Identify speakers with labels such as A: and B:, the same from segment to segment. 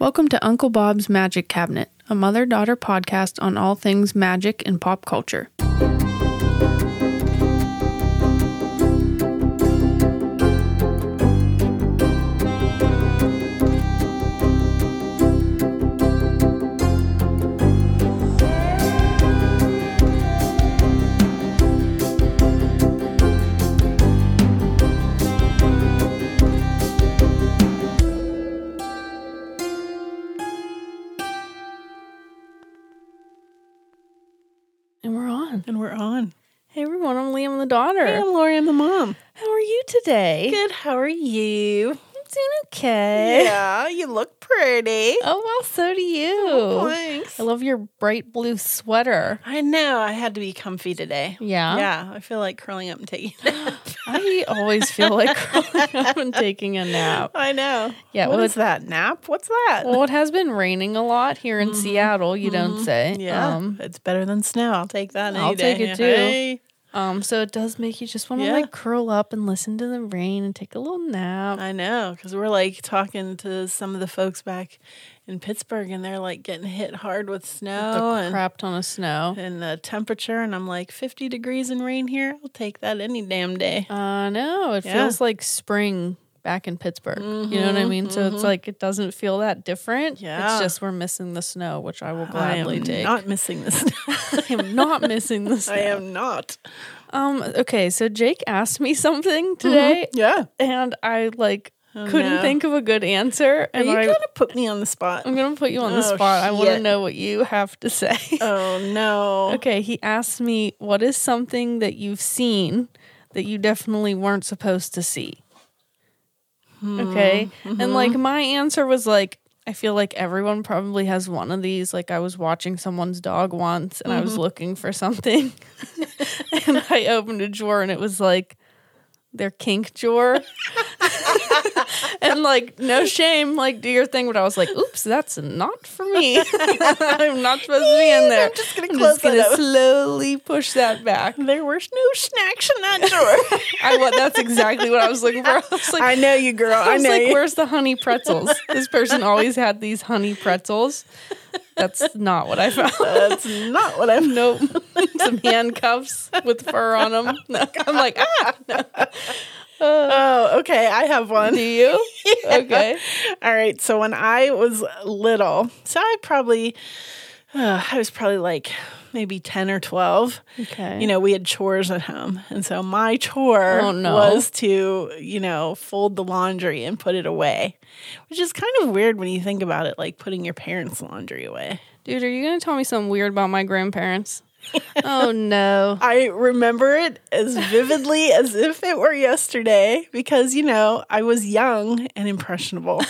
A: Welcome to Uncle Bob's Magic Cabinet, a mother daughter podcast on all things magic and pop culture. And we're on.
B: And we're on.
A: Hey everyone, I'm Liam the daughter.
B: Hey, I'm Lori, I'm the mom.
A: How are you today?
B: Good. How are you?
A: I'm doing okay.
B: Yeah, you look pretty.
A: Oh well, so do you.
B: Thanks.
A: I love your bright blue sweater.
B: I know. I had to be comfy today.
A: Yeah.
B: Yeah. I feel like curling up and taking a nap.
A: I always feel like curling up and taking a nap.
B: I know.
A: Yeah,
B: What
A: well, Oh,
B: is that? Nap? What's that?
A: Well, it has been raining a lot here in Seattle, you don't say.
B: yeah.
A: Um,
B: it's better than snow. I'll take that.
A: I'll
B: any day.
A: take it too.
B: Hey.
A: um, so it does make you just want to
B: Yeah.
A: like curl up and listen to the rain and take a little nap.
B: I know. Because we're like talking to some of the folks back in Pittsburgh and they're like getting hit hard with snow
A: the
B: Oh, and
A: crap ton of snow.
B: and the temperature and I'm like 50 degrees and rain here. I'll take that any damn day.
A: I know. It
B: Yeah. Mm-hmm,
A: feels like spring back in Pittsburgh. You know what I mean? So it's like it doesn't feel that different. It's
B: Yeah.
A: just we're missing the snow, which I will
B: I am
A: gladly take.
B: not missing this.
A: I am not missing the snow.
B: I am not.
A: Um okay, so Jake asked me something today
B: Yeah.
A: and I like couldn't
B: Mm-hmm. Oh, no.
A: think of a good answer
B: Are
A: and
B: you
A: I
B: going to put me on the spot?
A: I'm going to put you on the
B: Oh,
A: spot. I want to
B: shit.
A: know what you have to say.
B: Oh, no.
A: okay, he asked me what is something that you've seen that you definitely weren't supposed to see. Okay? And like my answer was like I feel like everyone probably has one of these. Like I was watching someone's dog once and I was looking for something. and I opened a drawer and it was like their kink drawer. and like no shame, like do your thing, but I was like, oops, that's not for me. I'm not supposed to be in there. I'm just
B: gonna close that up.
A: slowly push that back.
B: There were no snacks in that drawer.
A: I wa- that's exactly what I was looking for. I was like,
B: I know you, girl.
A: I
B: I,
A: was
B: know
A: like,
B: you.
A: where's the honey pretzels? This person always had these honey pretzels. That's not what I found.
B: That's not what I'm.
A: Nope. Some handcuffs with fur on them. I'm like, ah,
B: Oh, okay. I have
A: do
B: one.
A: you? Okay.
B: All right. So when I was little, so I probably, uh, I was probably like maybe 10 or 12.
A: Okay.
B: you know, we had chores at home. And so my chore
A: Oh, no.
B: was to, you know, fold the laundry and put it away, which is kind of weird when you think about it, like putting your parents' laundry away.
A: Dude, are you going to tell me something weird about my grandparents? oh, no.
B: I remember it as vividly as if it were yesterday because, you know, I was young and impressionable.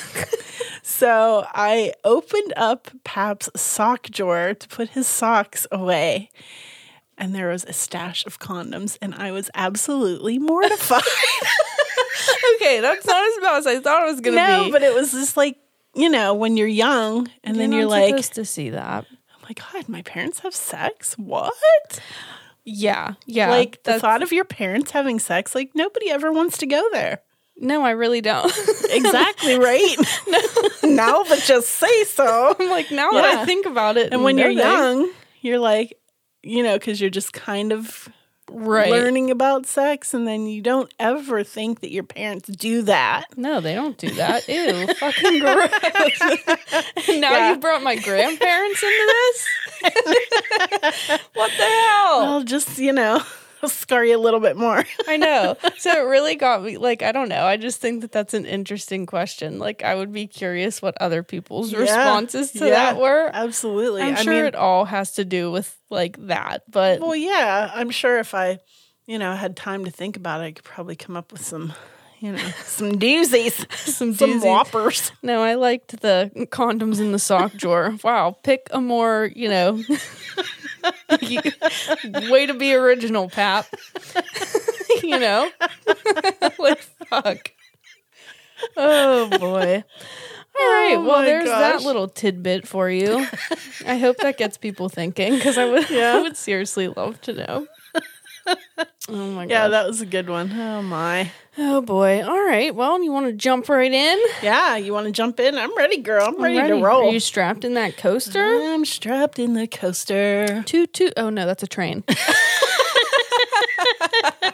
B: so I opened up Pap's sock drawer to put his socks away. And there was a stash of condoms, and I was absolutely mortified.
A: Okay, that's not as bad as I thought it was going to
B: no,
A: be.
B: but it was just like you know when you're young, and then
A: You're
B: you're
A: not
B: like,
A: supposed to see that.
B: oh my god, my parents have sex. What?
A: Yeah. Yeah.
B: like the
A: that's,
B: thought of your parents having sex, like nobody ever wants to go there.
A: no, I really don't.
B: Exactly right. no, no, but just say so.
A: I'm like, now that I
B: Yeah.
A: think about it,
B: And when
A: no
B: you're
A: thanks.
B: young, you're like, you know, because you're just kind of
A: right?
B: learning about sex, and then you don't ever think that your parents do that.
A: No, they don't do that. Ew, fucking gross. And now
B: Yeah.
A: you brought my grandparents into this? what the hell?
B: I'll just you know scar you a little bit more.
A: I know. So it really got me. Like, I don't know. I just think that that's an interesting question. Like, I would be curious what other people's
B: Yeah.
A: responses to
B: Yeah.
A: that were.
B: Absolutely.
A: I'm
B: I
A: sure
B: mean,
A: it all has to do with like that, but
B: Well, yeah, I'm sure if I, you know, had time to think about it, I could probably come up with some, you know, some doozies,
A: some
B: some
A: doozies.
B: whoppers.
A: No, I liked the condoms in the sock drawer. Wow, pick a more, you know, way to be original, Pap. you know, like fuck. Oh boy. All right.
B: Oh,
A: well,
B: my
A: there's that
B: gosh.
A: little tidbit for you. I hope that gets people thinking because I would,
B: Yeah.
A: I would seriously love to know. Oh my god.
B: Yeah, that was a good one. Oh my.
A: oh boy. All right. Well, you want to jump right in?
B: Yeah, you want to jump in? I'm ready, girl. I'm,
A: I'm
B: ready, to roll.
A: Are you strapped in that coaster?
B: I'm strapped in the coaster.
A: Toot toot. Oh no, that's a train.
B: I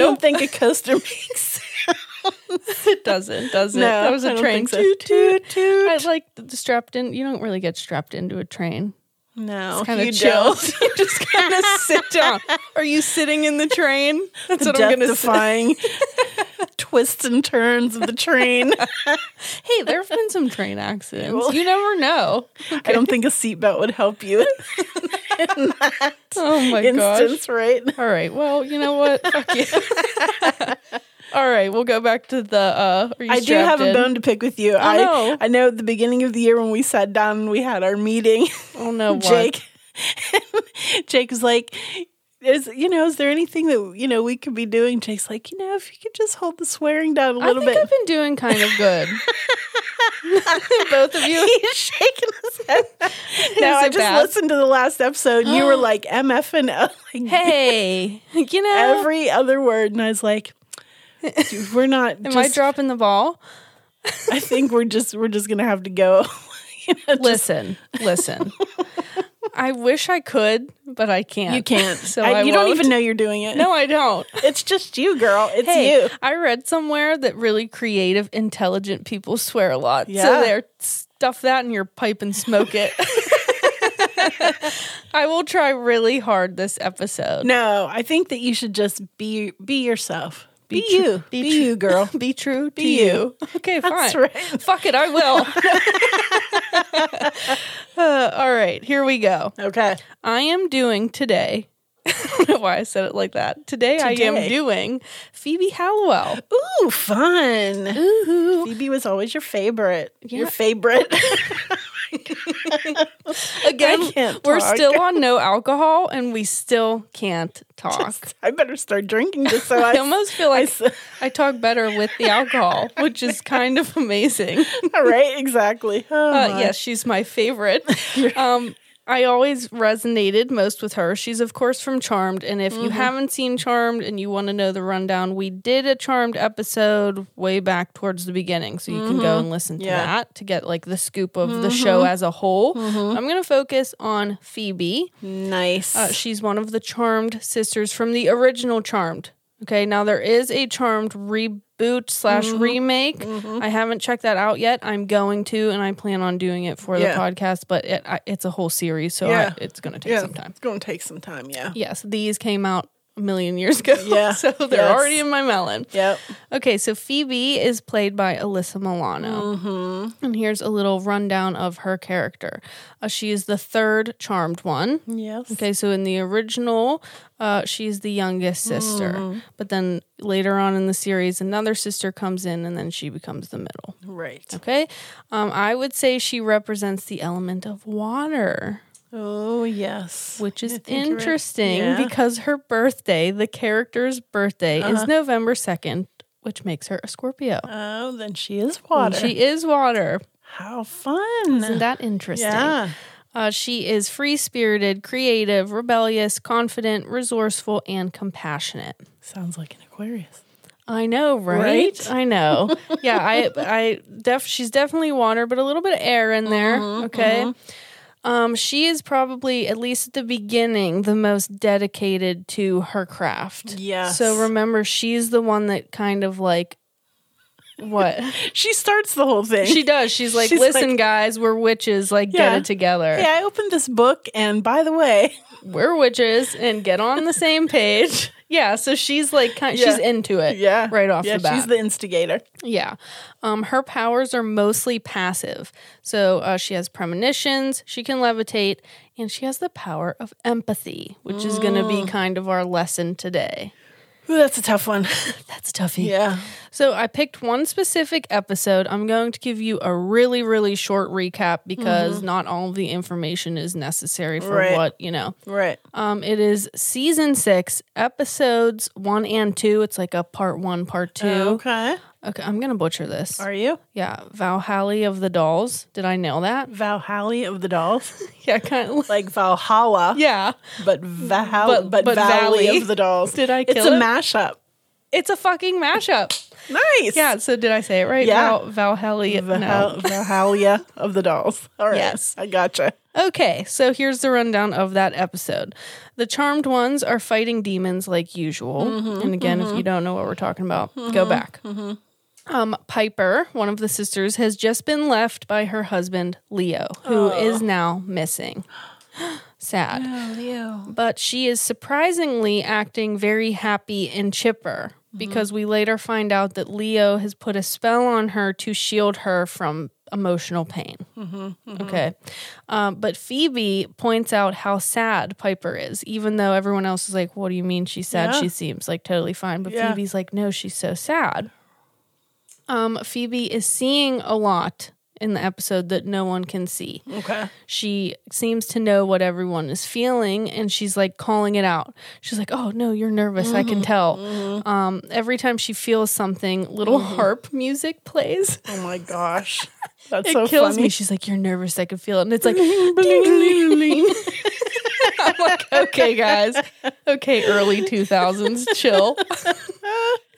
B: don't think a coaster makes
A: it doesn't. Does it?
B: No,
A: that was
B: I
A: a
B: don't
A: train.
B: think so.
A: Toot toot.
B: toot.
A: I like the strapped in. You don't really get strapped into a train.
B: No,
A: It's kind
B: you
A: of chill.
B: don't.
A: Oh, you just kind of sit down. Are you sitting in the train? That's
B: The
A: what I'm gonna say.
B: death-defying twists and turns of the train.
A: Hey, there have been some train accidents.
B: Well-
A: you never know.
B: I don't think a seatbelt would help you in that
A: Oh my gosh.
B: instance, right?
A: All right. Well, you know what? Fuck you. All right. We'll go back to the. Uh, are you
B: I do
A: strapped
B: have a
A: in?
B: bone to pick with you. I
A: Oh, no.
B: I know at the beginning of the year when we sat down and we had our meeting,
A: Oh no, what?
B: Jake Jake was like is you know, is there anything that you know we could be doing? Jake's like, you know, if you could just hold the swearing down a
A: I
B: little
A: think
B: bit.
A: I've been doing kind of good. Both of you.
B: He's shaking his head. No,
A: Is
B: I
A: it
B: just
A: bad?
B: listened to the last episode. And you were like MF and O, like
A: Hey, you know,
B: every other word, and I was like, dude, we're not.
A: am
B: just,
A: I dropping the ball?
B: I think we're just we're just gonna have to go. you know, just-
A: Listen, listen. I wish I could, but I can't.
B: you can't.
A: So
B: I-
A: I,
B: you don't
A: won't.
B: even know you're doing it.
A: No, I don't.
B: it's just you, girl. It's
A: Hey,
B: you.
A: I read somewhere that really creative, intelligent people swear a lot. So
B: Yeah.
A: there, stuff that in your pipe and smoke it. I will try really hard this episode.
B: No, I think that you should just be be yourself. Be,
A: tru-
B: you. Be,
A: be tru-
B: you, girl.
A: Be true to
B: Be
A: you. Okay, fine.
B: That's right.
A: Fuck it, I will. Uh, all right, here we go.
B: Okay.
A: I am doing today. I don't know why I said it like that. Today, I am
B: Today.
A: doing Phoebe Hallowell.
B: Ooh, fun.
A: Ooh.
B: Phoebe was always your favorite. Your
A: Yeah.
B: favorite.
A: Again,
B: I can't
A: we're
B: talk.
A: still on no alcohol and we still can't talk.
B: I better start drinking just so I,
A: I almost feel like
B: s-
A: I talk better with the alcohol, which is kind of amazing.
B: All right, exactly. Oh,
A: Uh,
B: my.
A: yes, she's my favorite. Um, I always resonated most with her. She's, of course, from Charmed. And if
B: Mm-hmm.
A: you haven't seen Charmed and you want to know the rundown, we did a Charmed episode way back towards the beginning. So you can go and listen to
B: Mm-hmm. Yeah. Mm-hmm.
A: that to get like the scoop of the show as a whole. I'm going to focus on Phoebe.
B: Nice.
A: Uh, she's one of the Charmed sisters from the original Charmed. Okay, now there is a Charmed reboot slash
B: Mm-hmm.
A: remake. I haven't checked that out yet. I'm going to, and I plan on doing it for
B: Yeah.
A: the podcast. But it, I, it's a whole series, so I-
B: Yeah.
A: it's going to take
B: yeah,
A: some time.
B: it's going to take some time. Yeah.
A: Yes, these came out a million years ago.
B: Yeah.
A: so they're
B: Yes.
A: already in my melon.
B: Yep.
A: Okay, so Phoebe is played by Alyssa Milano.
B: Mm-hmm.
A: And here's a little rundown of her character. Uh, she is the third charmed one.
B: Yes.
A: Okay, so in the original, uh, she's the youngest sister.
B: Mm-hmm.
A: But then later on in the series, another sister comes in and then she becomes the middle.
B: Right.
A: Okay, um, I would say she represents the element of water,
B: Oh, yes.
A: which is
B: think you're right.
A: interesting
B: Yeah.
A: because her birthday, the character's birthday,
B: Uh-huh.
A: is November 2nd, which makes her a Scorpio.
B: Oh, then she is
A: And
B: water.
A: She is water.
B: How fun.
A: Isn't that interesting?
B: yeah.
A: Uh, she is free spirited, creative, rebellious, confident, resourceful, and compassionate.
B: Sounds like an Aquarius.
A: I know, right?
B: Right?
A: I know. yeah, I, I def. She's definitely water, but a little bit of air in there.
B: Mm-hmm,
A: okay. Um, she is probably at least at the beginning the most dedicated to her craft.
B: Yes.
A: So remember, she's the one that kind of like. What
B: She starts the whole thing.
A: she does, she's like,
B: She's
A: listen, guys, we're witches. Like,
B: Yeah.
A: get it together.
B: Hey, I opened this book, and by the way,
A: we're witches and get on the same page. Yeah, so she's like kind she's
B: Yeah.
A: into it.
B: yeah,
A: right off
B: yeah,
A: the bat.
B: she's the instigator.
A: yeah, um, her powers are mostly passive. So uh, she has premonitions, she can levitate, and she has the power of empathy, which is going to be kind of our lesson today.
B: Ooh, that's a tough one.
A: That's toughy.
B: yeah,
A: So I picked one specific episode. I'm going to give you a really, really short recap because not all of the information is necessary for
B: Right.
A: what you know.
B: right.
A: Um, it is season six, episodes one and two. It's like a part one, part two.
B: Okay.
A: Okay, I'm gonna butcher this.
B: Are you?
A: Yeah, Valhalla of the Dolls. Did I nail that?
B: Valhalla of the Dolls.
A: Yeah, kind of.
B: like Valhalla,
A: Yeah,
B: but Val
A: But-
B: but,
A: but
B: Valley,
A: Valley.
B: of the Dolls.
A: Did I
B: it's
A: kill
B: a
A: it?
B: mashup.
A: it's a fucking mashup.
B: Nice.
A: Yeah. So did I say it right?
B: Yeah.
A: Val- Valhalla.
B: Vahal- Valhalla of the Dolls. All right.
A: Yes.
B: I gotcha.
A: Okay, so here's the rundown of that episode. The charmed ones are fighting demons like usual. and again, if you don't know what we're talking about, go back. Um, Piper, one of the sisters, has just been left by her husband, Leo, who is now missing. Sad. But she is surprisingly acting very happy and chipper because we later find out that Leo has put a spell on her to shield her from emotional pain. Okay. Um, but Phoebe points out how sad Piper is, even though everyone else is like, What do you mean she's sad?
B: Yeah.
A: She seems like totally fine. But
B: Yeah.
A: Phoebe's like, No, she's so sad. Um, Phoebe is seeing a lot in the episode that no one can see.
B: Okay.
A: She seems to know what everyone is feeling and she's like calling it out. She's like, Oh, no, you're nervous. I can tell. Um, every time she feels something, little harp music plays.
B: Oh my gosh. That's
A: It
B: so
A: kills
B: funny.
A: me. She's like, You're nervous. I can feel it. And it's like, ding, ding, ding, ding. I'm like, Okay, guys. Okay, early 2000s. Chill.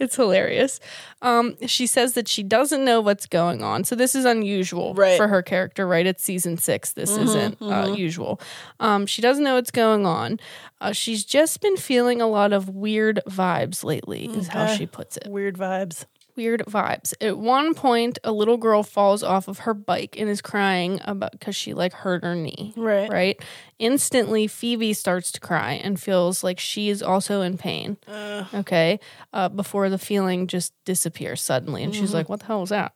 A: it's hilarious. Um, she says that she doesn't know what's going on. So this is unusual
B: Right. Mm-hmm,
A: for her character, right? It's season six. This isn't Uh, usual. Um, she doesn't know what's going on. Uh, she's just been feeling a lot of weird vibes lately, is how
B: Okay.
A: she puts it
B: Weird vibes.
A: weird vibes. At one point, a little girl falls off of her bike and is crying about because she like hurt her knee.
B: Right.
A: Right. Instantly, Phoebe starts to cry and feels like she is also in pain. okay. Uh, before the feeling just disappears suddenly, and
B: Mm-hmm.
A: she's like, "What the hell was that?"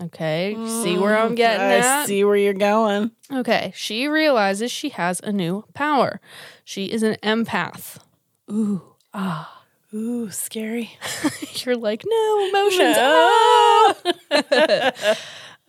A: Okay. See where I'm getting
B: Mm, I
A: at.
B: see where you're going.
A: Okay. She realizes she has a new power. She is an empath.
B: Ooh, scary.
A: You're like, no emotions.
B: No.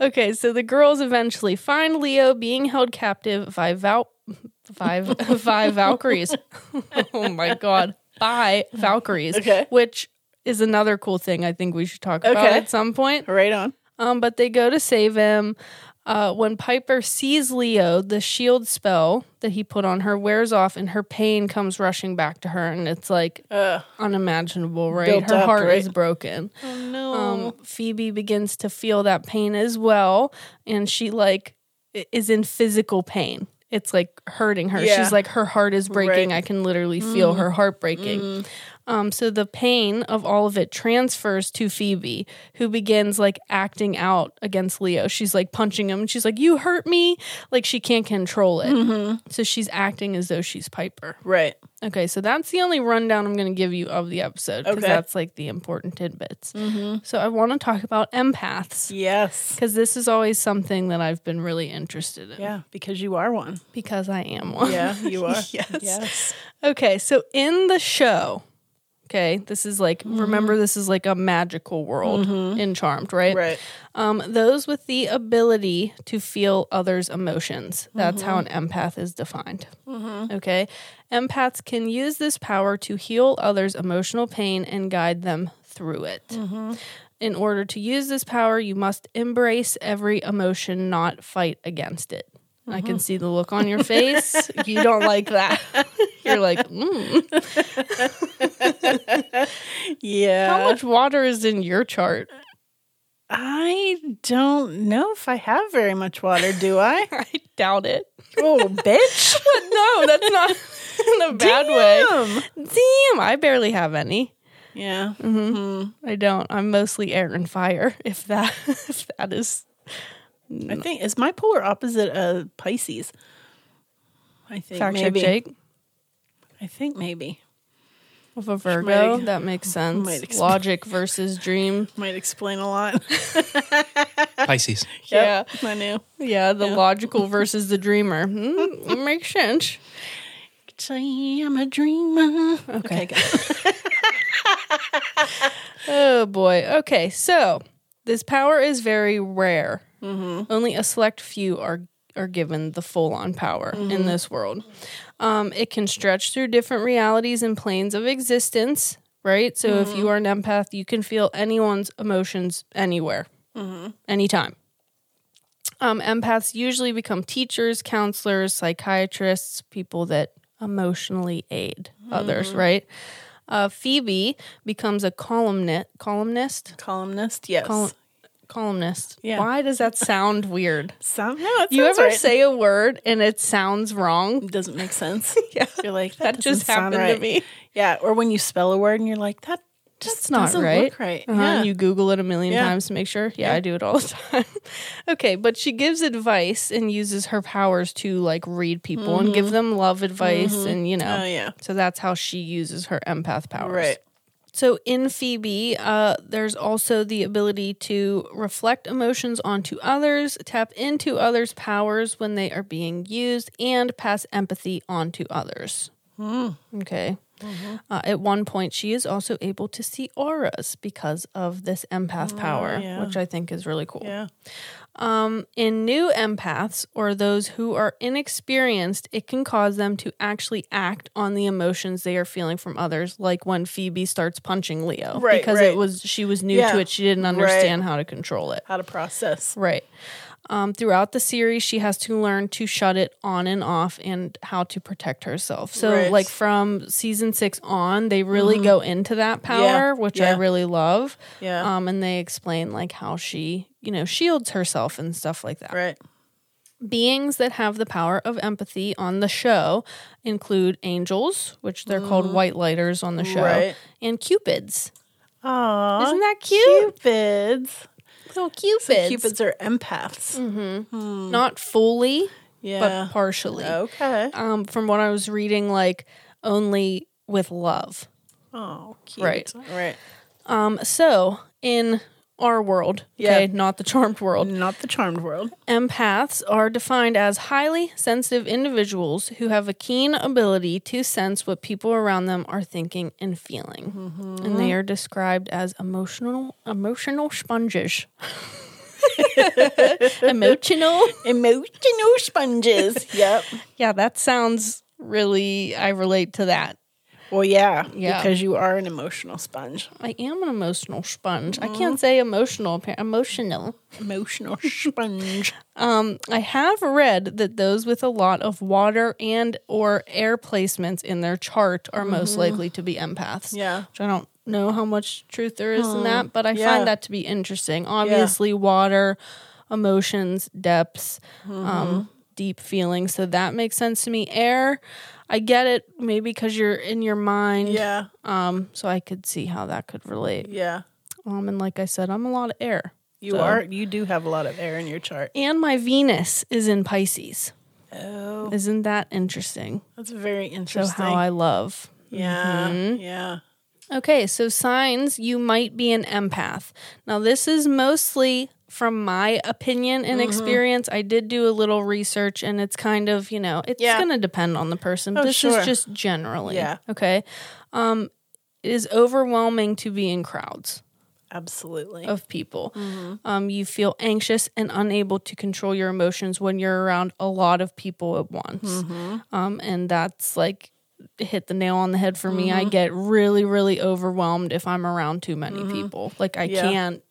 A: Okay, so the girls eventually find Leo being held captive by Val- five five Valkyries. oh my god, by Valkyries.
B: Okay.
A: which is another cool thing I think we should talk about
B: Okay.
A: at some point.
B: Right on.
A: Um, but they go to save him. Uh, when Piper sees Leo, the shield spell that he put on her wears off, and her pain comes rushing back to her, and it's like
B: Ugh.
A: unimaginable, right?
B: Built
A: her
B: up,
A: heart
B: right?
A: is broken
B: Oh no.
A: um, Phoebe begins to feel that pain as well, and she like i- is in physical pain. It's like hurting her.
B: Yeah.
A: She's like her heart is breaking.
B: Right. Mm.
A: I can literally feel her heart breaking. Um, so the pain of all of it transfers to Phoebe, who begins like acting out against Leo. She's like punching him. and She's like, "You hurt me!" Like she can't control it.
B: Mm-hmm.
A: So she's acting as though she's Piper.
B: right.
A: Okay, so that's the only rundown I'm going to give you of the episode because
B: Okay. Mm-hmm.
A: that's like the important tidbits. So I want to talk about empaths
B: Yes.
A: because this is always something that I've been really interested in
B: Yeah, because you are one.
A: because I am one.
B: Yeah, you are.
A: Yes.
B: Yes.
A: Okay, so in the show, okay, this is like
B: Mm-hmm.
A: remember this is like a magical world in Charmed, right?
B: Right.
A: Um, those with the ability to feel others' emotions. That's how an empath is defined. Okay. Empaths can use this power to heal others' emotional pain and guide them through it. In order to use this power, you must embrace every emotion, not fight against it. I can see the look on your face. you don't like that. You're like, mm,
B: Yeah.
A: how much water is in your chart?
B: I don't know if I have very much water, do I?
A: I doubt it.
B: oh, bitch.
A: No, that's not in a bad way.
B: Damn. Mm.
A: Damn, I barely have any.
B: Yeah.
A: I don't. I'm mostly air and fire. If that, if that is,
B: I think is my polar opposite a Pisces. I think
A: fact check,
B: maybe.
A: Jake
B: I think maybe
A: of a Virgo.
B: Might-
A: that makes
B: might
A: sense.
B: explain-
A: Logic versus dream.
B: might explain a lot.
C: Pisces.
A: Yeah.
B: Yep, I knew.
A: Yeah, the logical versus the dreamer. Hmm, it makes sense.
B: Say I'm a dreamer.
A: Okay.
B: good.
A: Oh boy. Okay, so this power is very rare. Only a select few are are given the full on power in this world. Um, it can stretch through different realities and planes of existence. right? So if you are an empath, you can feel anyone's emotions anywhere, anytime. Um, empaths usually become teachers, counselors, psychiatrists, people that emotionally aid others, right? Uh, Phoebe becomes a columnist. Columnist.
B: Columnist, yes.
A: Col- columnist.
B: Yeah.
A: Why does that sound weird?
B: Some, no, it
A: You
B: sounds
A: ever
B: right.
A: say a word and it sounds wrong?
B: It doesn't make sense.
A: Yeah.
B: You're like
A: That
B: that,
A: just
B: doesn't sound
A: happened
B: right.
A: to me.
B: Yeah, or when you spell a word and you're like that just
A: That's not
B: doesn't
A: right.
B: look right.
A: Uh-huh,
B: Yeah.
A: and you Google it a million
B: Yeah.
A: times to make sure. Yeah, I do it all the time. okay, but she gives advice and uses her powers to like read people and give them love advice and you know.
B: Oh, yeah.
A: So that's how she uses her empath powers.
B: Right.
A: So in Phoebe, uh, there's also the ability to reflect emotions onto others, tap into others' powers when they are being used, and pass empathy onto others. Okay. Uh, at one point, she is also able to see auras because of this empath power,
B: yeah.
A: which I think is really cool.
B: Yeah.
A: In new empaths or those who are inexperienced, it can cause them to actually act on the emotions they are feeling from others, like when Phoebe starts punching Leo
B: Right,
A: because
B: right.
A: it was she was new
B: Yeah.
A: to it, she didn't understand how to control it.
B: How to process.
A: Right. Um, throughout the series, she has to learn to shut it on and off and how to protect herself. So,
B: Right. Mm-hmm.
A: like from season six on, they really go into that power, which I
B: yeah.
A: really love.
B: Yeah.
A: Um, and they explain like how she, you know, shields herself and stuff like that.
B: Right.
A: Beings that have the power of empathy on the show include angels, which they're called white lighters on the show,
B: Mm. Right.
A: and cupids.
B: Aww.
A: Isn't that cute?
B: Cupids.
A: Little
B: So
A: cupids,
B: Cupids are empaths.
A: not fully,
B: Yeah. Oh.
A: but partially.
B: okay.
A: um, from what I was reading, like only with love.
B: Oh, cute.
A: Right.
B: Right.
A: Um, so in our world, okay,
B: Yeah.
A: not the charmed world,
B: Not the charmed world.
A: empaths are defined as highly sensitive individuals who have a keen ability to sense what people around them are thinking and feeling, and they are described as emotional emotional sponges. emotional.
B: Emotional sponges. yep.
A: Yeah, that sounds really. I relate to that.
B: Well, yeah,
A: Yeah.
B: Because you are an emotional sponge.
A: I am an emotional sponge. I can't say emotional. appa- Emotional.
B: Emotional sponge.
A: Um, I have read that those with a lot of water and or air placements in their chart are most likely to be empaths.
B: Mm-hmm. Yeah.
A: which I don't know how much truth there is in that, but I
B: Yeah.
A: find that to be interesting. Obviously, water, emotions, depths,
B: Mm-hmm.
A: um, deep feelings. So that makes sense to me. Air, I get it. Maybe because you're in your mind.
B: Yeah.
A: Um, so I could see how that could relate.
B: Yeah.
A: Um, and like I said, I'm a lot of air.
B: You
A: So-
B: are. You do have a lot of air in your chart.
A: And my Venus is in Pisces.
B: Oh,
A: Isn't that interesting?
B: that's very
A: So
B: interesting.
A: how I love.
B: yeah. Yeah.
A: Okay, so signs you might be an empath. Now, this is mostly from my opinion and experience. I did do a little research and it's kind of, you know, it's
B: Yeah.
A: going to depend on the person. this
B: sure.
A: is just generally.
B: Yeah.
A: Okay. Um, it is overwhelming to be in crowds.
B: Absolutely.
A: of people.
B: Mm-hmm.
A: Um, you feel anxious and unable to control your emotions when you're around a lot of people at once.
B: Mm-hmm.
A: Um, and that's like hit the nail on the head for me.
B: Mm-hmm.
A: I get really, really overwhelmed if I'm around too many people. Like I
B: Mm-hmm. Yeah.
A: can't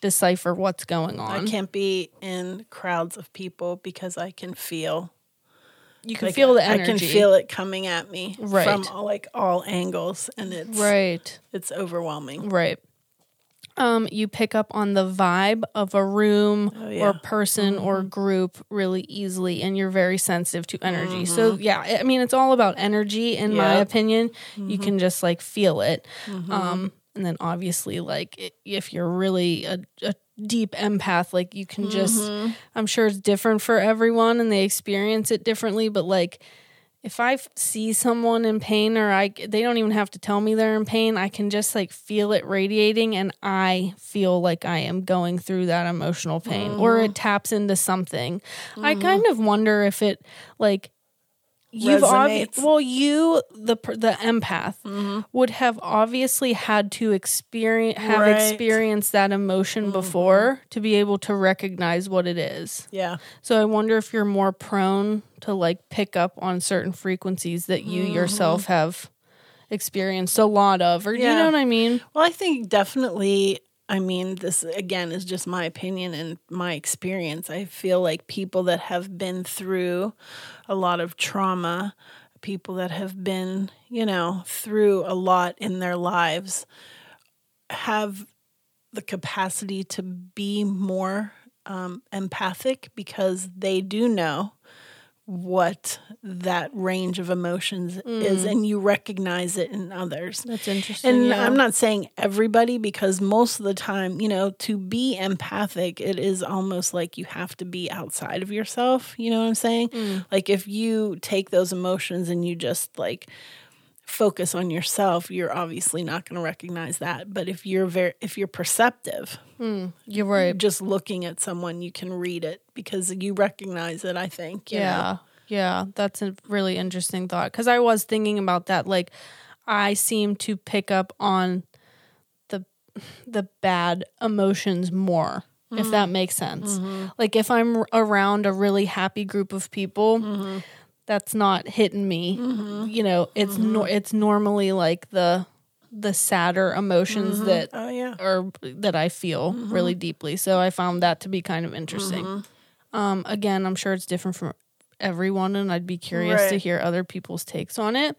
A: decipher what's going on.
B: I can't be in crowds of people because I can feel
A: you can
B: like,
A: feel the energy.
B: I can feel it coming at me
A: Right.
B: from all, like all angles, and it's
A: Right.
B: it's overwhelming.
A: Right. Um, you pick up on the vibe of a room
B: Oh, yeah. Mm-hmm.
A: or person or group really easily, and you're very sensitive to energy. So, yeah, I- I mean, it's all about energy, in my
B: Mm-hmm. Yep. Mm-hmm.
A: opinion. You can just like feel it. Um, and then, obviously, like i- if you're really a, a deep empath, like you can just,
B: Mm-hmm.
A: I'm sure it's different for everyone and they experience it differently, but like, if I f- see someone in pain or I they don't even have to tell me they're in pain, I can just like feel it radiating and I feel like I am going through that emotional pain or
B: Mm.
A: it taps into something. I
B: Mm-hmm.
A: kind of wonder if it like you've obvi-
B: Resonates. Mm-hmm.
A: well you the per- the empath would have obviously had to experience have
B: Right. Mm-hmm.
A: experienced that emotion before to be able to recognize what it is.
B: Yeah,
A: So I wonder if you're more
B: Mm-hmm.
A: prone to like pick up on certain frequencies that you yourself have experienced a lot of, or you
B: Yeah.
A: know what I mean?
B: Well, I think definitely. I mean, this again is just my opinion and my experience. I feel like people that have been through a lot of trauma, people that have been, you know, through a lot in their lives, have the capacity to be more um, empathic because they do know what that range of emotions is and you recognize it in others.
A: That's interesting.
B: And
A: yeah.
B: I'm not saying everybody because most of the time, you know, to be empathic, it is almost like you have to be outside of yourself. You know what I'm saying?
A: Mm.
B: Like if you take those emotions and you just like focus on yourself, you're obviously not going to recognize that. But if you're very if you're perceptive,
A: You're right.
B: just looking at someone, you can read it because you recognize it, I think. you know?
A: Yeah. Yeah. That's a really interesting thought. Cause I was thinking about that. Like, I seem to pick up on the the bad emotions more, if
B: Mm-hmm.
A: that makes sense. Like if I'm r- around a really happy group of people,
B: Mm-hmm.
A: that's not hitting me. You know, it's nor-
B: Mm-hmm.
A: it's normally like the the sadder emotions that
B: Oh yeah. Mm-hmm.
A: or that I feel really deeply. So I found that to be kind of interesting.
B: Mm-hmm.
A: Um, again, I'm sure it's different from everyone, and I'd be curious to
B: Right.
A: hear other people's takes on it.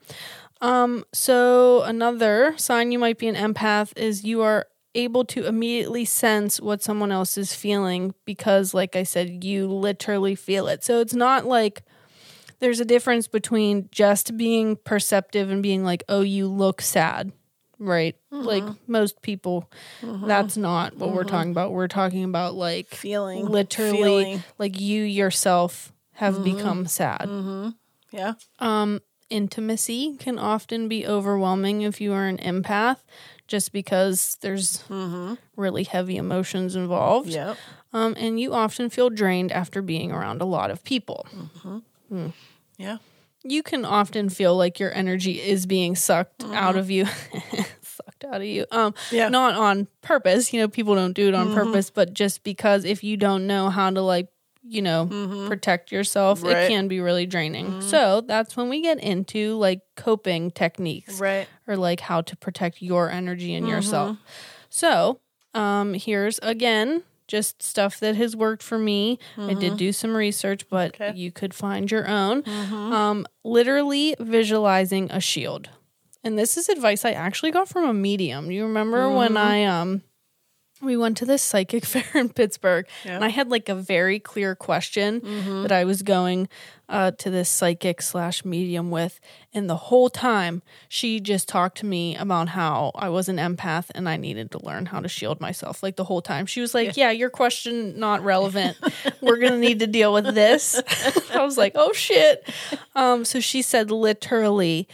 A: Um, so another sign you might be an empath is you are able to immediately sense what someone else is feeling because, like I said, you literally feel it. So it's not like there's a difference between just being perceptive and being like, oh, you look sad, right? Like
B: Uh-huh.
A: most people, that's not what we're talking about. We're talking about like
B: Feeling
A: literally,
B: Feeling. Mm-hmm.
A: like you yourself have become sad.
B: Yeah.
A: Um, intimacy can often be overwhelming if you are an empath, just because there's
B: Mm-hmm.
A: really heavy emotions involved.
B: Yep.
A: Um, and you often feel drained after being around a lot of people.
B: Yeah.
A: You can often feel like your energy is being sucked out of you. sucked out of you. Um
B: Mm-hmm. Yeah. Mm-hmm.
A: not on purpose. You know, people don't do it on purpose, but just because if you don't know how to like, you know, protect yourself, it
B: Mm-hmm. Right. Mm-hmm.
A: can be really draining. So, that's when we get into like coping techniques
B: Right.
A: or like how to protect your energy and yourself. So, um, here's again just stuff that has worked for me. I did do some research, but
B: Okay.
A: you could find your own. Um, literally visualizing a shield. And this is advice I actually got from a medium. You remember when I um we went to this psychic fair in Pittsburgh,
B: Yeah.
A: and I had like a very clear question that I was going uh, to this psychic slash medium with, and the whole time she just talked to me about how I was an empath and I needed to learn how to shield myself. Like the whole time, she was like, "Yeah, your question not relevant. We're gonna need to deal with this." I was like, "Oh shit!" Um, so she said literally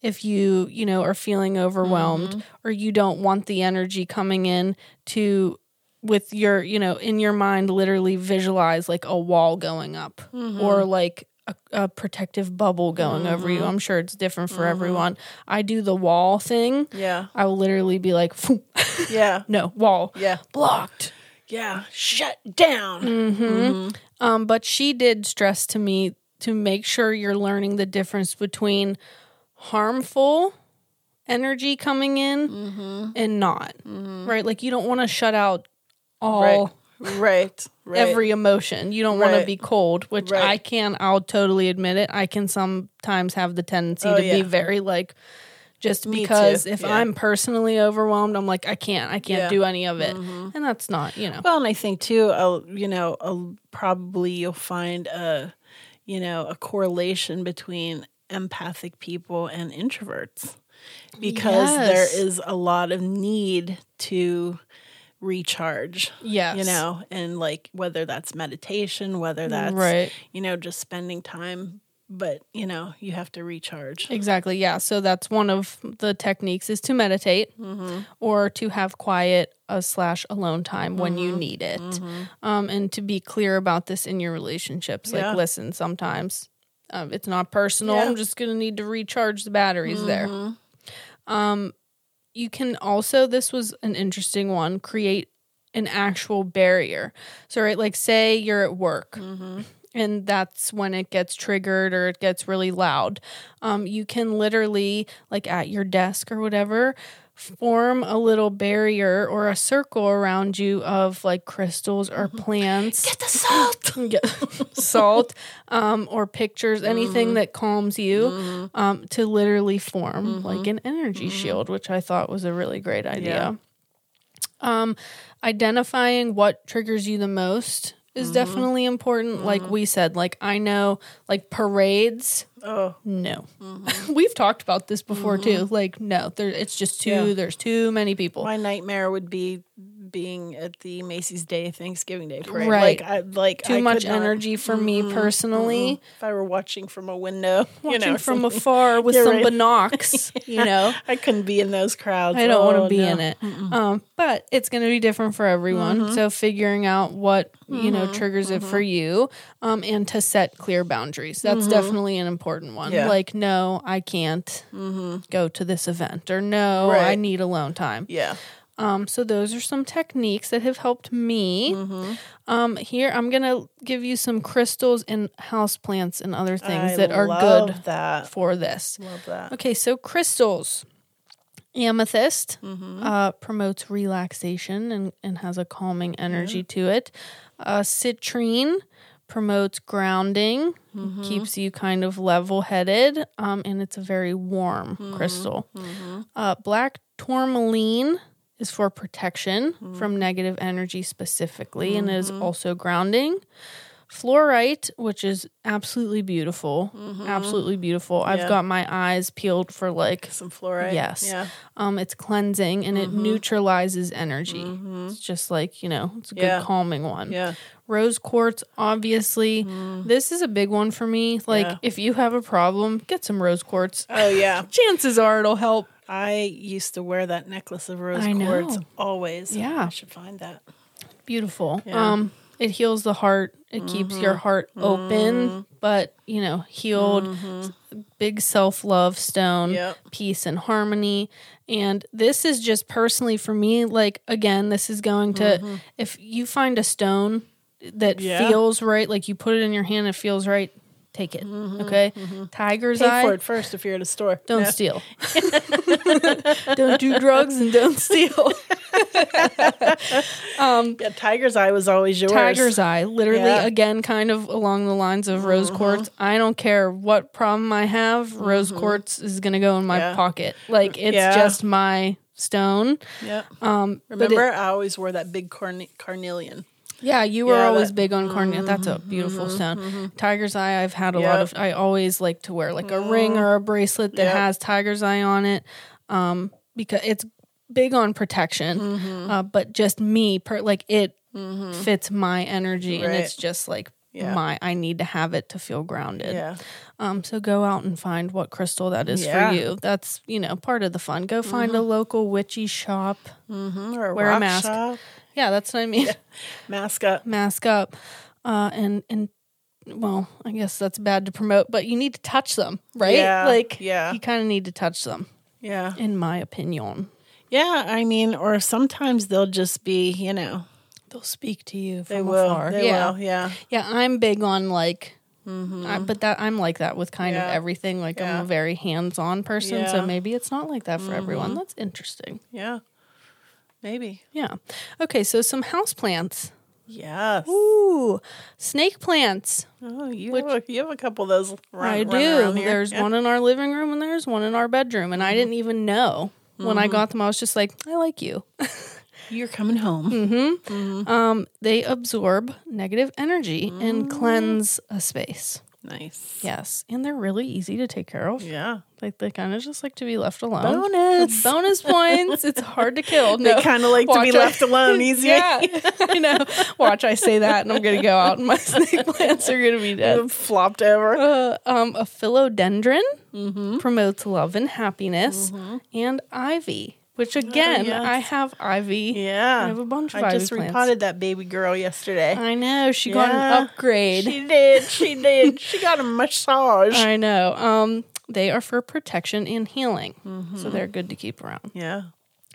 A: if you you know are feeling overwhelmed or you don't want the energy coming in to with your you know in your mind literally visualize like a wall going up or like a, a protective bubble going over you i'm sure it's different for everyone i do the wall thing
B: Yeah.
A: i will literally be like "Phew,
B: Yeah.
A: no wall
B: Yeah.
A: blocked
B: Yeah. Shut down. Mm-hmm.
A: Um, but she did stress to me to make sure you're learning the difference between harmful energy coming in
B: Mm-hmm.
A: and not, right? Like you don't want to shut out all
B: Right. Right.
A: every emotion. You don't want to
B: Right.
A: be cold, which
B: Right.
A: I can. I'll totally admit it. I can sometimes have the tendency
B: Oh,
A: to be
B: yeah.
A: very like. Just
B: Me too,
A: because if
B: yeah.
A: I'm personally overwhelmed, I'm like, I can't, I can't
B: Yeah. Mm-hmm.
A: do any of it. And that's not, you know.
B: well, and I think too, I'll, you know, I'll, probably you'll find a, you know, a correlation between empathic people and introverts because
A: Yes.
B: there is a lot of need to recharge.
A: yes.
B: You know, and like whether that's meditation, whether that's
A: Right.
B: you know just spending time, but you know you have to recharge.
A: Exactly. Yeah. So that's one of the techniques is to meditate
B: Mm-hmm.
A: or to have quiet uh, slash alone time when
B: Mm-hmm,
A: you need it, um, and to be clear about this in your relationships. Like,
B: Yeah.
A: listen, sometimes um, it's not personal.
B: Yeah.
A: I'm just gonna need to recharge the batteries
B: Mm-hmm.
A: there. Um, you can also this was an interesting one.
B: Mm-hmm.
A: Create an actual barrier. So right, like say you're at work and that's when it gets triggered or it gets really loud. Um, you can literally, like at your desk or whatever, form a little barrier or a circle around you of like crystals or plants.
B: Get the salt.
A: Yeah, salt um, or pictures, anything
B: Mm-hmm.
A: that calms you, um, to literally form
B: Mm-hmm.
A: like an energy shield, which I thought was a really great idea. Um, identifying what triggers you the most is
B: Mm-hmm.
A: definitely important. Like we said, like I know, like parades,
B: Oh,
A: no.
B: Mm-hmm.
A: We've talked about this before too. Like, no, there, it's just too,
B: Yeah.
A: there's too many people.
B: my nightmare would be being at the Macy's Day Thanksgiving Day parade.
A: Right.
B: Like, I, like
A: too
B: I
A: much
B: could not- Mm-hmm.
A: energy for me personally.
B: If I were watching from a window,
A: watching
B: you know,
A: from
B: something,
A: afar with
B: Yeah,
A: some
B: right.
A: binocs, you know.
B: I couldn't be in those crowds.
A: I don't want
B: Oh,
A: to be
B: no.
A: in it. Um, but it's going to be different for everyone.
B: Mm-hmm.
A: So figuring out what, you know, triggers it for you um, and to set clear boundaries. That's definitely an important one.
B: Mm-hmm. Yeah. Mm-hmm.
A: Like, no, I can't go to this event or no, I
B: Right.
A: need alone time.
B: Yeah.
A: Um, so those are some techniques that have helped me.
B: Mm-hmm.
A: Um, here, I'm going to give you some crystals and houseplants and other things
B: I
A: that are
B: love
A: good
B: That
A: for this.
B: love that.
A: Okay, so crystals. Amethyst
B: Mm-hmm.
A: uh, promotes relaxation and, and has a calming energy to it. Uh, citrine promotes grounding,
B: Mm-hmm.
A: keeps you kind of level headed, um, and it's a very warm
B: Mm-hmm.
A: crystal. Uh, black tourmaline is for protection
B: Mm-hmm.
A: from negative energy specifically, and it is also grounding. Fluorite, which is absolutely beautiful, absolutely beautiful. I've
B: Mm-hmm. Yeah.
A: got my eyes peeled for like,
B: Some fluoride.
A: Yes.
B: Yeah.
A: um, it's cleansing and it neutralizes energy. It's just like you know, it's a good
B: Yeah.
A: calming one.
B: Yeah.
A: Rose quartz, obviously, this is a big one for me. Like,
B: Yeah.
A: if you have a problem, get some rose quartz.
B: Oh yeah.
A: Chances are it'll help.
B: I used to wear that necklace of rose
A: I know.
B: quartz always.
A: Yeah.
B: I should find that.
A: Beautiful.
B: Yeah. Mm-hmm.
A: Um, it heals the heart. It keeps your heart open, but you know, healed. Big self love stone,
B: Mm-hmm. Yep.
A: peace and harmony. And this is just personally for me. Like again, this is going to if you find a stone that
B: Mm-hmm. Yeah.
A: feels right, like you put it in your hand, it feels right. Take it. Okay. Tiger's
B: Mm-hmm. Pay
A: eye.
B: for it first if you're at a store.
A: Don't
B: No.
A: steal. don't do drugs and don't steal.
B: Yeah, tiger's eye was always yours.
A: Tiger's eye, literally
B: Yeah. Uh-huh.
A: again, kind of along the lines of rose quartz. I don't care what problem I have, rose quartz is gonna go in my
B: Mm-hmm. Yeah.
A: pocket. Like it's
B: Yeah.
A: just my stone.
B: Yep.
A: Um, but it-
B: Remember, I always wore that big carn- carnelian.
A: yeah, you were
B: Yeah,
A: always
B: that- Mm-hmm,
A: big on cornea. That's a beautiful stone. Tiger's eye, I've had a lot
B: Yep. Mm-hmm.
A: of. I always like to wear like a ring or a bracelet that
B: Yep.
A: has tiger's eye on it, um, because it's big on protection.
B: Mm-hmm.
A: Uh, but just me, per, like it fits my energy, and it's
B: Right.
A: just like
B: Yeah.
A: my. I need to have it to feel grounded.
B: Yeah.
A: Um, so go out and find what crystal that is
B: Yeah.
A: for you. That's you know part of the fun. Go find a local witchy shop.
B: Mm-hmm. Or a
A: Wear a
B: rock
A: mask.
B: shop.
A: Yeah, that's what I mean.
B: Mask up.
A: mask up uh and and well i guess that's bad to promote but you need to touch them right
B: Yeah,
A: like
B: yeah.
A: you kind of need to touch them
B: Yeah.
A: in my opinion
B: Yeah. I mean, or sometimes they'll just be, you know,
A: they'll speak to you from
B: they will.
A: afar
B: They
A: yeah
B: will. Yeah.
A: yeah i'm big on like I, but that i'm like that with kind
B: Yeah.
A: of everything like i'm
B: Yeah.
A: a very hands-on person so
B: Yeah. Mm-hmm.
A: maybe it's not like that for everyone that's interesting
B: Yeah. Maybe.
A: yeah okay so some house plants
B: Yes.
A: ooh snake plants
B: Oh, you have a, you have a couple of those. Run,
A: I
B: running around
A: do.
B: here. Mm-hmm.
A: There's
B: Yeah.
A: one in our living room and there's one in our bedroom. And I didn't even know when
B: Mm-hmm.
A: I got them. I was just like, I like you.
B: You're coming
A: Hmm.
B: home. Mm-hmm.
A: Um, they absorb negative energy and
B: Mm-hmm.
A: cleanse a space.
B: Nice.
A: Yes. And they're really easy to take care of.
B: Yeah.
A: Like they kind of just like to be left alone.
B: Bonus.
A: Bonus points. It's hard to kill. No.
B: They kind of like to be
A: Watch out.
B: left alone easier.
A: yeah, I know. Watch, I say that, and I'm gonna go out, and my snake plants are gonna be dead.
B: Flopped over.
A: Uh, um, a philodendron
B: Mm-hmm.
A: promotes love and happiness, and ivy, which again,
B: Oh, yes.
A: I have ivy.
B: Yeah.
A: I have a bunch of
B: I
A: ivy
B: just
A: plants.
B: repotted that baby girl yesterday.
A: I know she got
B: Yeah.
A: an upgrade.
B: She did. She did. she got a massage.
A: I
B: Mm-hmm.
A: know. Um, they are for protection and healing, so they're good to keep around.
B: yeah.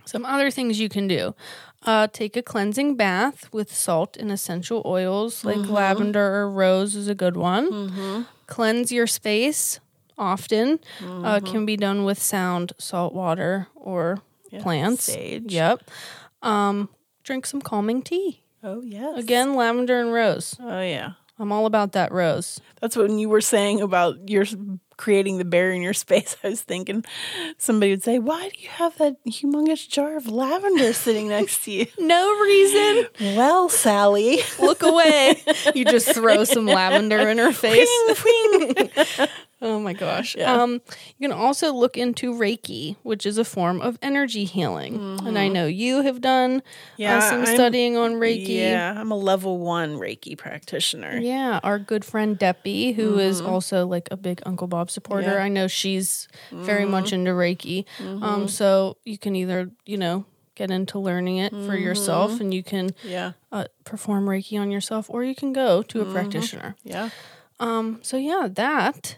A: Some other things you can do uh, take a cleansing bath with salt and essential oils, like lavender or rose is a good one. Cleanse your space often, uh, can be done with sound, salt water, or plants.
B: sage.
A: Yep. Um, drink some calming tea.
B: Oh yes.
A: Again, lavender and rose.
B: Oh yeah.
A: I'm all about that rose.
B: That's when you were saying about your creating the bear in your space. I was thinking somebody would say, "Why do you have that humongous jar of lavender sitting next to you?"
A: No reason.
B: well, Sally.
A: Look away. you just throw some lavender in her face. oh my gosh. Um, you can also look into Reiki, which is a form of energy healing. And I know you have done uh,
B: Mm-hmm. Yeah,
A: some
B: I'm-
A: studying on Reiki.
B: Yeah, I'm a level one Reiki practitioner.
A: Yeah, our good friend Deppy, who is also like a big Uncle Bob supporter.
B: Mm-hmm. Yeah. Mm-hmm.
A: I know she's very much into Reiki. Um, so you can either, you know, get into learning it
B: Mm-hmm.
A: for yourself and you can
B: Yeah,
A: uh, perform Reiki on yourself, or you can go to a
B: Mm-hmm.
A: practitioner.
B: yeah.
A: Um, so yeah, that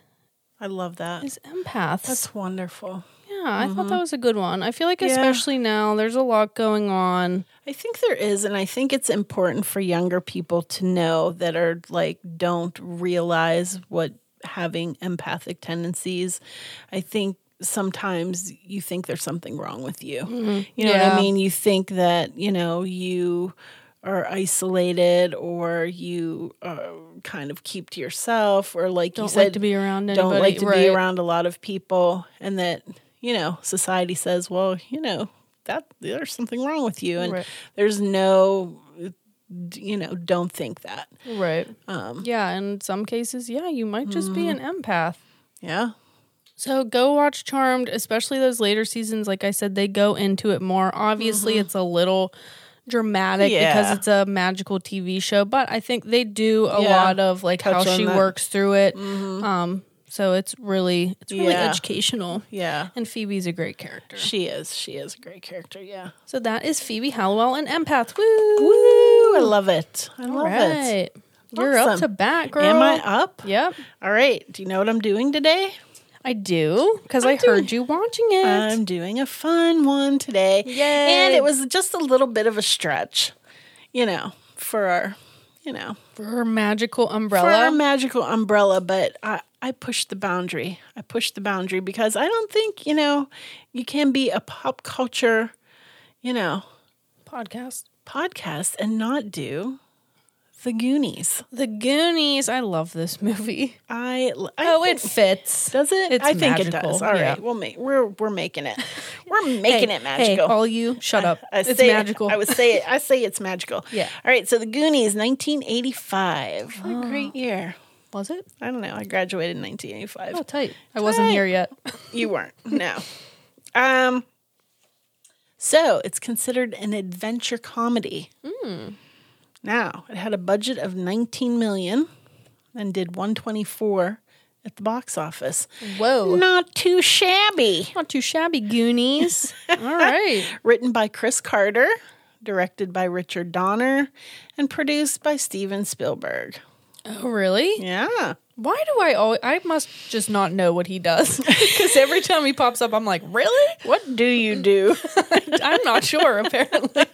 B: I love that.
A: is empaths.
B: That's wonderful.
A: yeah, I thought that was a good one. I feel like
B: Mm-hmm. Yeah.
A: especially now there's a lot going on.
B: I think there is, and I think it's important for younger people to know that are like don't realize what having empathic tendencies. I think sometimes you think there's something wrong with you. You know what
A: Mm-hmm. Yeah.
B: I mean? You think that, you know, you are isolated or you uh, kind of keep to yourself or like you
A: Don't
B: said
A: like to be around anybody.
B: don't like to
A: right.
B: be around a lot of people and that you know society says well you know that there's something wrong with you and
A: Right.
B: there's no d- you know don't think that
A: Right.
B: Um,
A: yeah, in some cases, yeah, you might just be
B: Mm-hmm.
A: an empath.
B: yeah
A: So go watch Charmed, especially those later seasons. Like I said, they go into it more. Obviously, it's a little dramatic
B: Mm-hmm. Yeah.
A: because it's a magical TV show, but I think they do a
B: Yeah.
A: lot of like
B: Touch
A: how
B: on
A: she
B: that. Mm-hmm.
A: works through it. Um, so it's really it's really
B: Yeah.
A: educational.
B: yeah
A: And Phoebe's a great character.
B: she is she is a great character yeah
A: So that is Phoebe Hallowell and Empath. Woo!
B: woo i love it i love it
A: right. You're up
B: Awesome.
A: to bat, girl.
B: am i up
A: Yep.
B: all right do you know what i'm doing today
A: I do because I heard you watching it.
B: I'm doing a fun one today.
A: Yay.
B: And it was just a little bit of a stretch, you know, for our, you know,
A: for her magical
B: for our
A: umbrella.
B: magical umbrella, but I, I pushed the boundary. I pushed the boundary because I don't think, you know, you can be a pop culture, you know,
A: podcast.
B: podcast and not do the Goonies.
A: The Goonies. I love this movie.
B: I, I
A: Oh,
B: think-
A: it fits.
B: does it?
A: it's
B: I think it
A: magical,
B: does. All
A: yeah.
B: right, we'll make we're we're making it. We're making it magical.
A: Hey, all you, shut up.
B: I
A: it's
B: say
A: magical.
B: I would say it. I say it's magical.
A: Yeah.
B: All right. So the Goonies, 1985. What a great year.
A: was it?
B: I don't know. I graduated in 1985.
A: Oh, tight. I wasn't
B: Tight.
A: here yet.
B: You weren't. No. um. So it's considered an adventure comedy.
A: Hmm.
B: Now it had a budget of 19 million, and did 124 at the box office.
A: Whoa.
B: Not too shabby.
A: Not too shabby, Goonies. all right.
B: written by Chris Carter, directed by Richard Donner, and produced by Steven Spielberg.
A: Oh, really?
B: Yeah.
A: Why do I always? I must just not know what he does because every time he pops up, I'm like, really?
B: What do you do?
A: I'm not sure. Apparently.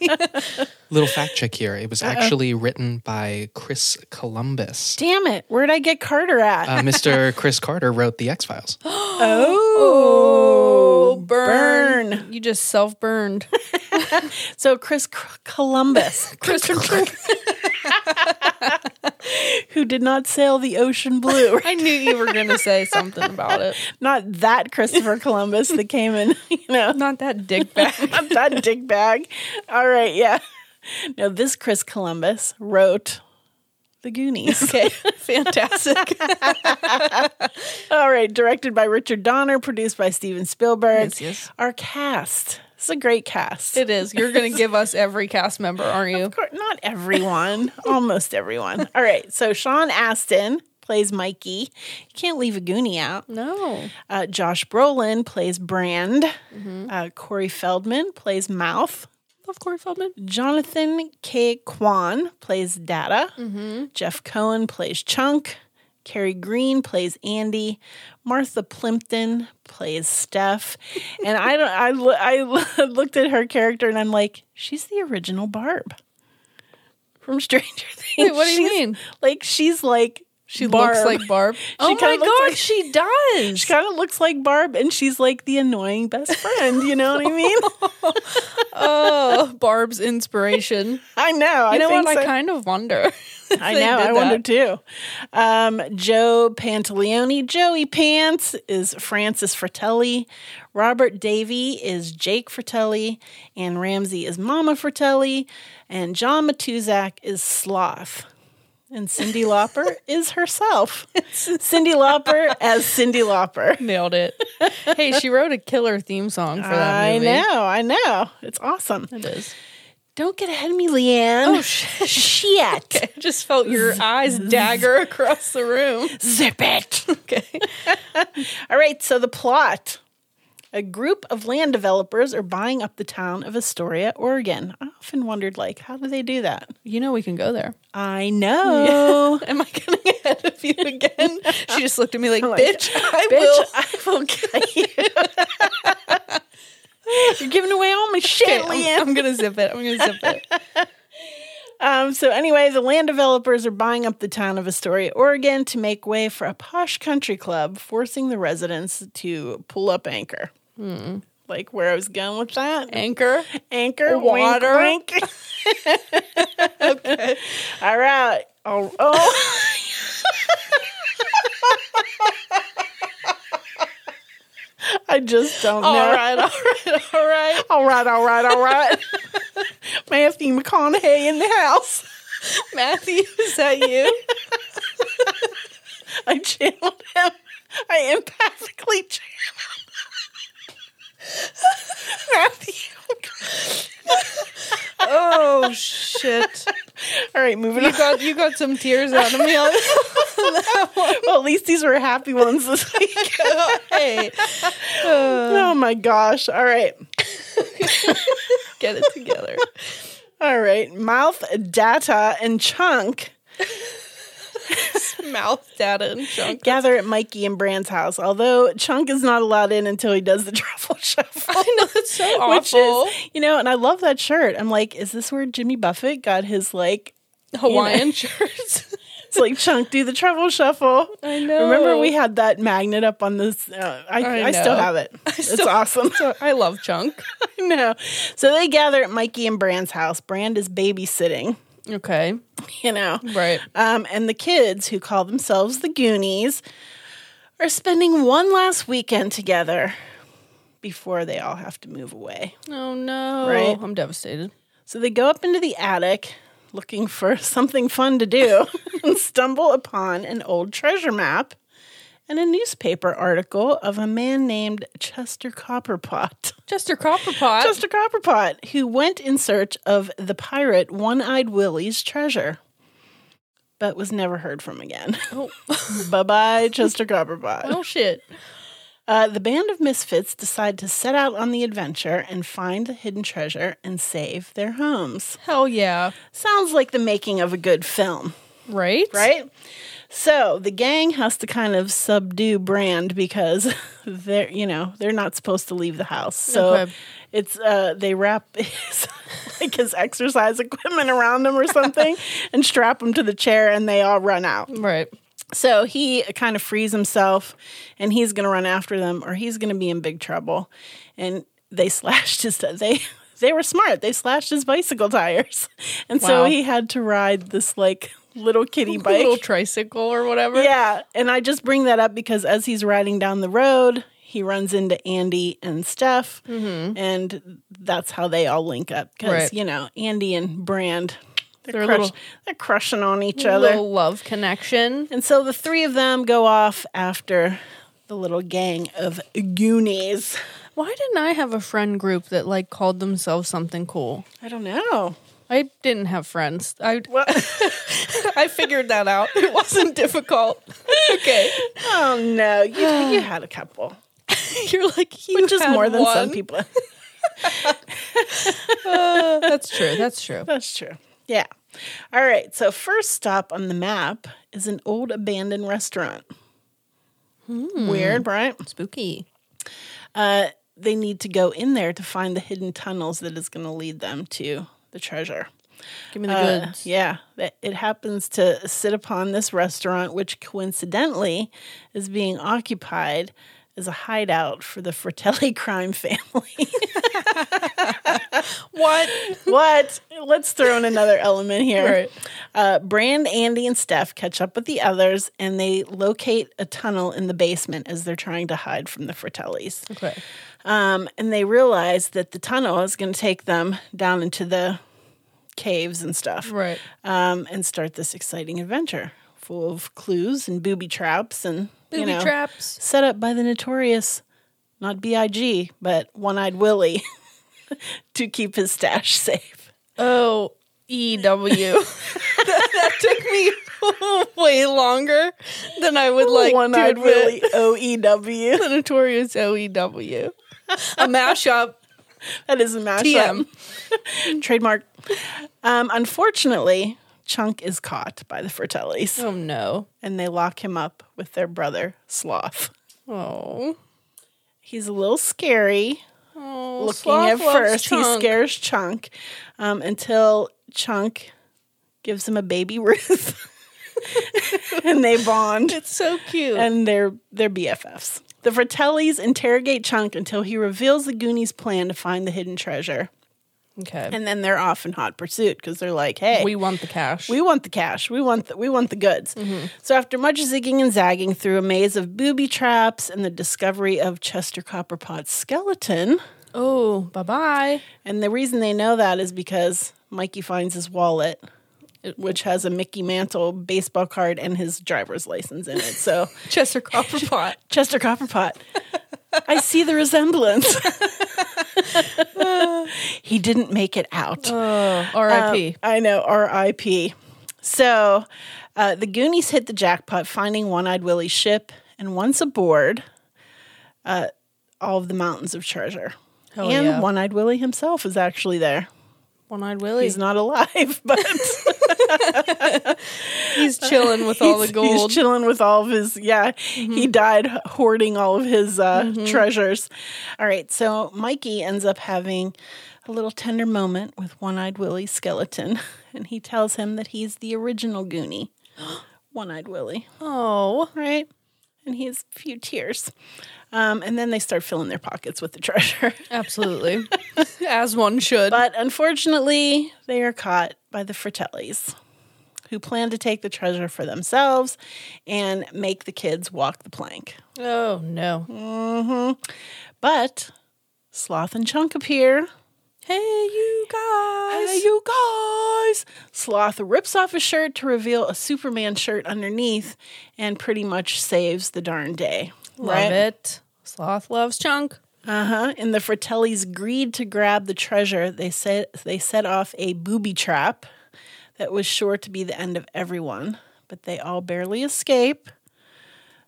C: Little fact check here. It was actually written by Chris Columbus.
B: Damn it. Where'd I get Carter at?
C: Uh, Mr. Chris Carter wrote The X Files.
A: Oh, burn.
B: burn.
A: You just self burned.
B: So, Chris C- Columbus,
A: Chris,
B: who did not sail the ocean blue,
A: I knew you were going to say something about it.
B: not that Christopher Columbus that came in, you know,
A: Not that dick bag.
B: not that dick bag. All right. Yeah. No, this Chris Columbus wrote The Goonies.
A: Okay, fantastic.
B: All right, directed by Richard Donner, produced by Steven Spielberg.
A: Yes, yes.
B: Our cast. It's a great cast.
A: It is. You're going to give us every cast member, aren't you?
B: Of course, Not everyone, almost everyone. All right, so Sean Astin plays Mikey. You can't leave a Goonie out.
A: No.
B: Uh, Josh Brolin plays Brand.
A: Mm-hmm.
B: Uh, Corey Feldman plays Mouth.
A: Love Corey Feldman. Mm-hmm.
B: Jonathan K. Kwan plays Data. Jeff Cohen plays Chunk. Carrie Green plays Andy. Martha Plimpton plays Steph. And I don't. I lo- I lo- looked at her character and I'm like, she's the original Barb from Stranger Things.
A: Wait, what do you
B: She's-
A: mean?
B: Like she's like
A: She
B: Barb.
A: looks like Barb. oh
B: kinda
A: my
B: looks
A: god,
B: like-
A: she does.
B: She kind of looks like Barb, and she's like the annoying best friend. You know what I mean?
A: oh, Barb's inspiration.
B: I know. I
A: You know
B: think
A: what? I
B: so.
A: kind of wonder. if
B: I
A: they
B: know.
A: did
B: I
A: that.
B: wonder too. Um, Joe Pantaleone, Joey Pants is Francis Fratelli. Robert Davey is Jake Fratelli, and Ramsey is Mama Fratelli, and John Matuzak is Sloth. And Cindy Lauper is herself. Cindy Lauper as Cindy Lauper.
A: Nailed it. Hey, she wrote a killer theme song for that
B: I
A: movie.
B: know, I know. It's awesome.
A: It is.
B: Don't get ahead of me, Leanne.
A: Oh shit.
B: shit.
A: I just felt your eyes dagger across the room.
B: Zip it.
A: Okay.
B: All right, so the plot. A group of land developers are buying up the town of Astoria, Oregon. I often wondered, like, how do they do that?
A: You know we can go there.
B: I know.
A: Am I getting ahead of you again? She just looked at me like,
B: like,
A: bitch, I
B: Bitch,
A: will.
B: I will get you. You're giving away all my shit,
A: Okay,
B: Leanne.
A: I'm, I'm gonna zip it. I'm gonna zip it.
B: Um, so anyway, the land developers are buying up the town of Astoria, Oregon, to make way for a posh country club, forcing the residents to pull up anchor. Hmm. Like where I was going with that.
A: Anchor. Oh,
B: anchor
A: Water.
B: Wink, wink. All right. Oh, oh. I just don't know.
A: All right, all right, all right.
B: All right, all right, all right. Matthew McConaughey in the house.
A: Matthew, is that you?
B: I channeled him. I empathically channeled Matthew.
A: oh shit.
B: All right, moving
A: You
B: on.
A: got you got some tears out of me.
B: Well, at least these were happy ones this week.
A: hey.
B: oh my gosh. All right.
A: Get it together.
B: All right, mouth data and chunk
A: Mouth data and junk.
B: gather at Mikey and Brand's house. Although chunk is not allowed in until he does the truffle shuffle,
A: I know that's so
B: which
A: awful.
B: is you know, and I love that shirt. I'm like, is this where Jimmy Buffett got his like?
A: Hawaiian shirts.
B: It's like chunk do the truffle shuffle.
A: I know.
B: Remember we had that magnet up on this. Uh, I, I,
A: I
B: still
A: know.
B: have it. it's
A: still-
B: awesome.
A: I love chunk.
B: I know. So they gather at Mikey and Brand's house. Brand is babysitting.
A: Okay.
B: You know,
A: Right.
B: Um, and the kids, who call themselves the Goonies, are spending one last weekend together before they all have to move away.
A: Oh no.
B: Right.
A: I'm devastated.
B: So they go up into the attic looking for something fun to do and stumble upon an old treasure map and a newspaper article of a man named Chester Copperpot.
A: Chester Copperpot.
B: Chester Copperpot, who went in search of the pirate One Eyed Willie's treasure, but was never heard from again.
A: oh.
B: bye bye, Chester Copperpot.
A: oh shit.
B: Uh, the band of misfits decide to set out on the adventure and find the hidden treasure and save their homes.
A: Hell yeah.
B: Sounds like the making of a good film,
A: Right?
B: right? So the gang has to kind of subdue Brand because they're you know they're not supposed to leave the house. So
A: Okay.
B: it's uh, they wrap his, like his exercise equipment around him or something and strap him to the chair and they all run out.
A: Right.
B: So he kind of frees himself and he's going to run after them or he's going to be in big trouble. And they slashed his they they were smart. They slashed his bicycle tires. And so
A: Wow.
B: he had to ride this like little kitty bike.
A: Little tricycle or whatever.
B: yeah, and I just bring that up because as he's riding down the road, he runs into Andy and Steph, and that's how they all link up because
A: Mm-hmm. Right.
B: you know Andy and Brand, they're,
A: They're a
B: crush-
A: little-
B: they're crushing on each
A: A
B: other.
A: little love connection.
B: And so the three of them go off after the little gang of Goonies.
A: Why didn't I have a friend group that like called themselves something cool?
B: I don't know.
A: I didn't have friends. I
B: Well,
A: I figured that out. It wasn't difficult. Okay.
B: oh no, you, you had a couple,
A: You're like you
B: which is
A: had
B: more than some
A: one.
B: people.
A: That's true. That's true.
B: That's true. Yeah. All right. So, first stop on the map is an old abandoned restaurant. Hmm. Weird, right?
A: Spooky.
B: Uh, they need to go in there to find the hidden tunnels that is going to lead them to the treasure.
A: Give me the
B: Uh,
A: goods.
B: yeah, that- it happens to sit upon this restaurant, which coincidentally is being occupied as a hideout for the Fratelli crime family.
A: What?
B: what? Let's throw in another element here. Uh, Brand, Andy, and Steph catch up with the others, and they locate a tunnel in the basement as they're trying to hide from the Fratellis.
A: Okay.
B: Um, and they realize that the tunnel is going to take them down into the caves and stuff
A: Right.
B: um, and start this exciting adventure full of clues and booby traps and
A: Booby
B: you know,
A: traps.
B: set up by the notorious, not Big, but One Eyed Willie, to keep his stash safe.
A: O E W. that, that took me way longer than I would like. to
B: One-eyed
A: admit.
B: Willie, O E W.
A: The notorious O E W. A mashup.
B: That is a mashup.
A: TM.
B: Trademark. Um, unfortunately, Chunk is caught by the Fratellis,
A: Oh no.
B: and they lock him up with their brother Sloth.
A: Oh.
B: He's a little scary.
A: Oh,
B: looking
A: Sloth
B: at
A: loves
B: first. He
A: Chunk.
B: scares Chunk um, until Chunk gives him a baby Ruth, and they bond,
A: It's so cute.
B: and they're they're BFFs. The Fratellis interrogate Chunk until he reveals the Goonies' plan to find the hidden treasure,
A: okay.
B: and then they're off in hot pursuit because they're like, "Hey,
A: we want the cash.
B: we want the cash. We want the, we want the goods.
A: Mm-hmm.
B: So after much zigging and zagging through a maze of booby traps and the discovery of Chester Copperpot's skeleton,
A: oh, bye bye.
B: and the reason they know that is because Mikey finds his wallet, which has a Mickey Mantle baseball card and his driver's license in it. So
A: Chester Copperpot.
B: Chester Copperpot, I see the resemblance. he didn't make it out.
A: Oh, R.I.P.
B: Um, I know, RIP. So uh, the Goonies hit the jackpot, finding One Eyed Willie's ship, and once aboard, uh, all of the mountains of treasure.
A: Hell
B: and
A: yeah.
B: One Eyed Willie himself is actually there.
A: One eyed Willie.
B: He's not alive, but
A: He's chilling with all the
B: he's-
A: gold. Mm-hmm.
B: He's chilling with all of his. Yeah, he died hoarding all of his uh, treasures. All right, so Mikey ends up having a little tender moment with One Eyed Willie's skeleton, and he tells him that he's the original Goonie, One Eyed Willie,
A: oh.
B: right? And he has a few tears. Um, and then they start filling their pockets with the treasure.
A: Absolutely. As one should.
B: But unfortunately, they are caught by the Fratellis, who plan to take the treasure for themselves and make the kids walk the plank.
A: oh, no.
B: But Sloth and Chunk appear.
A: Hey, you guys.
B: Hey, you guys! Sloth rips off his shirt to reveal a Superman shirt underneath and pretty much saves the darn day.
A: Love it. Sloth loves chunk.
B: Uh huh. In the Fratellis' greed to grab the treasure, they set they set off a booby trap that was sure to be the end of everyone. But they all barely escape,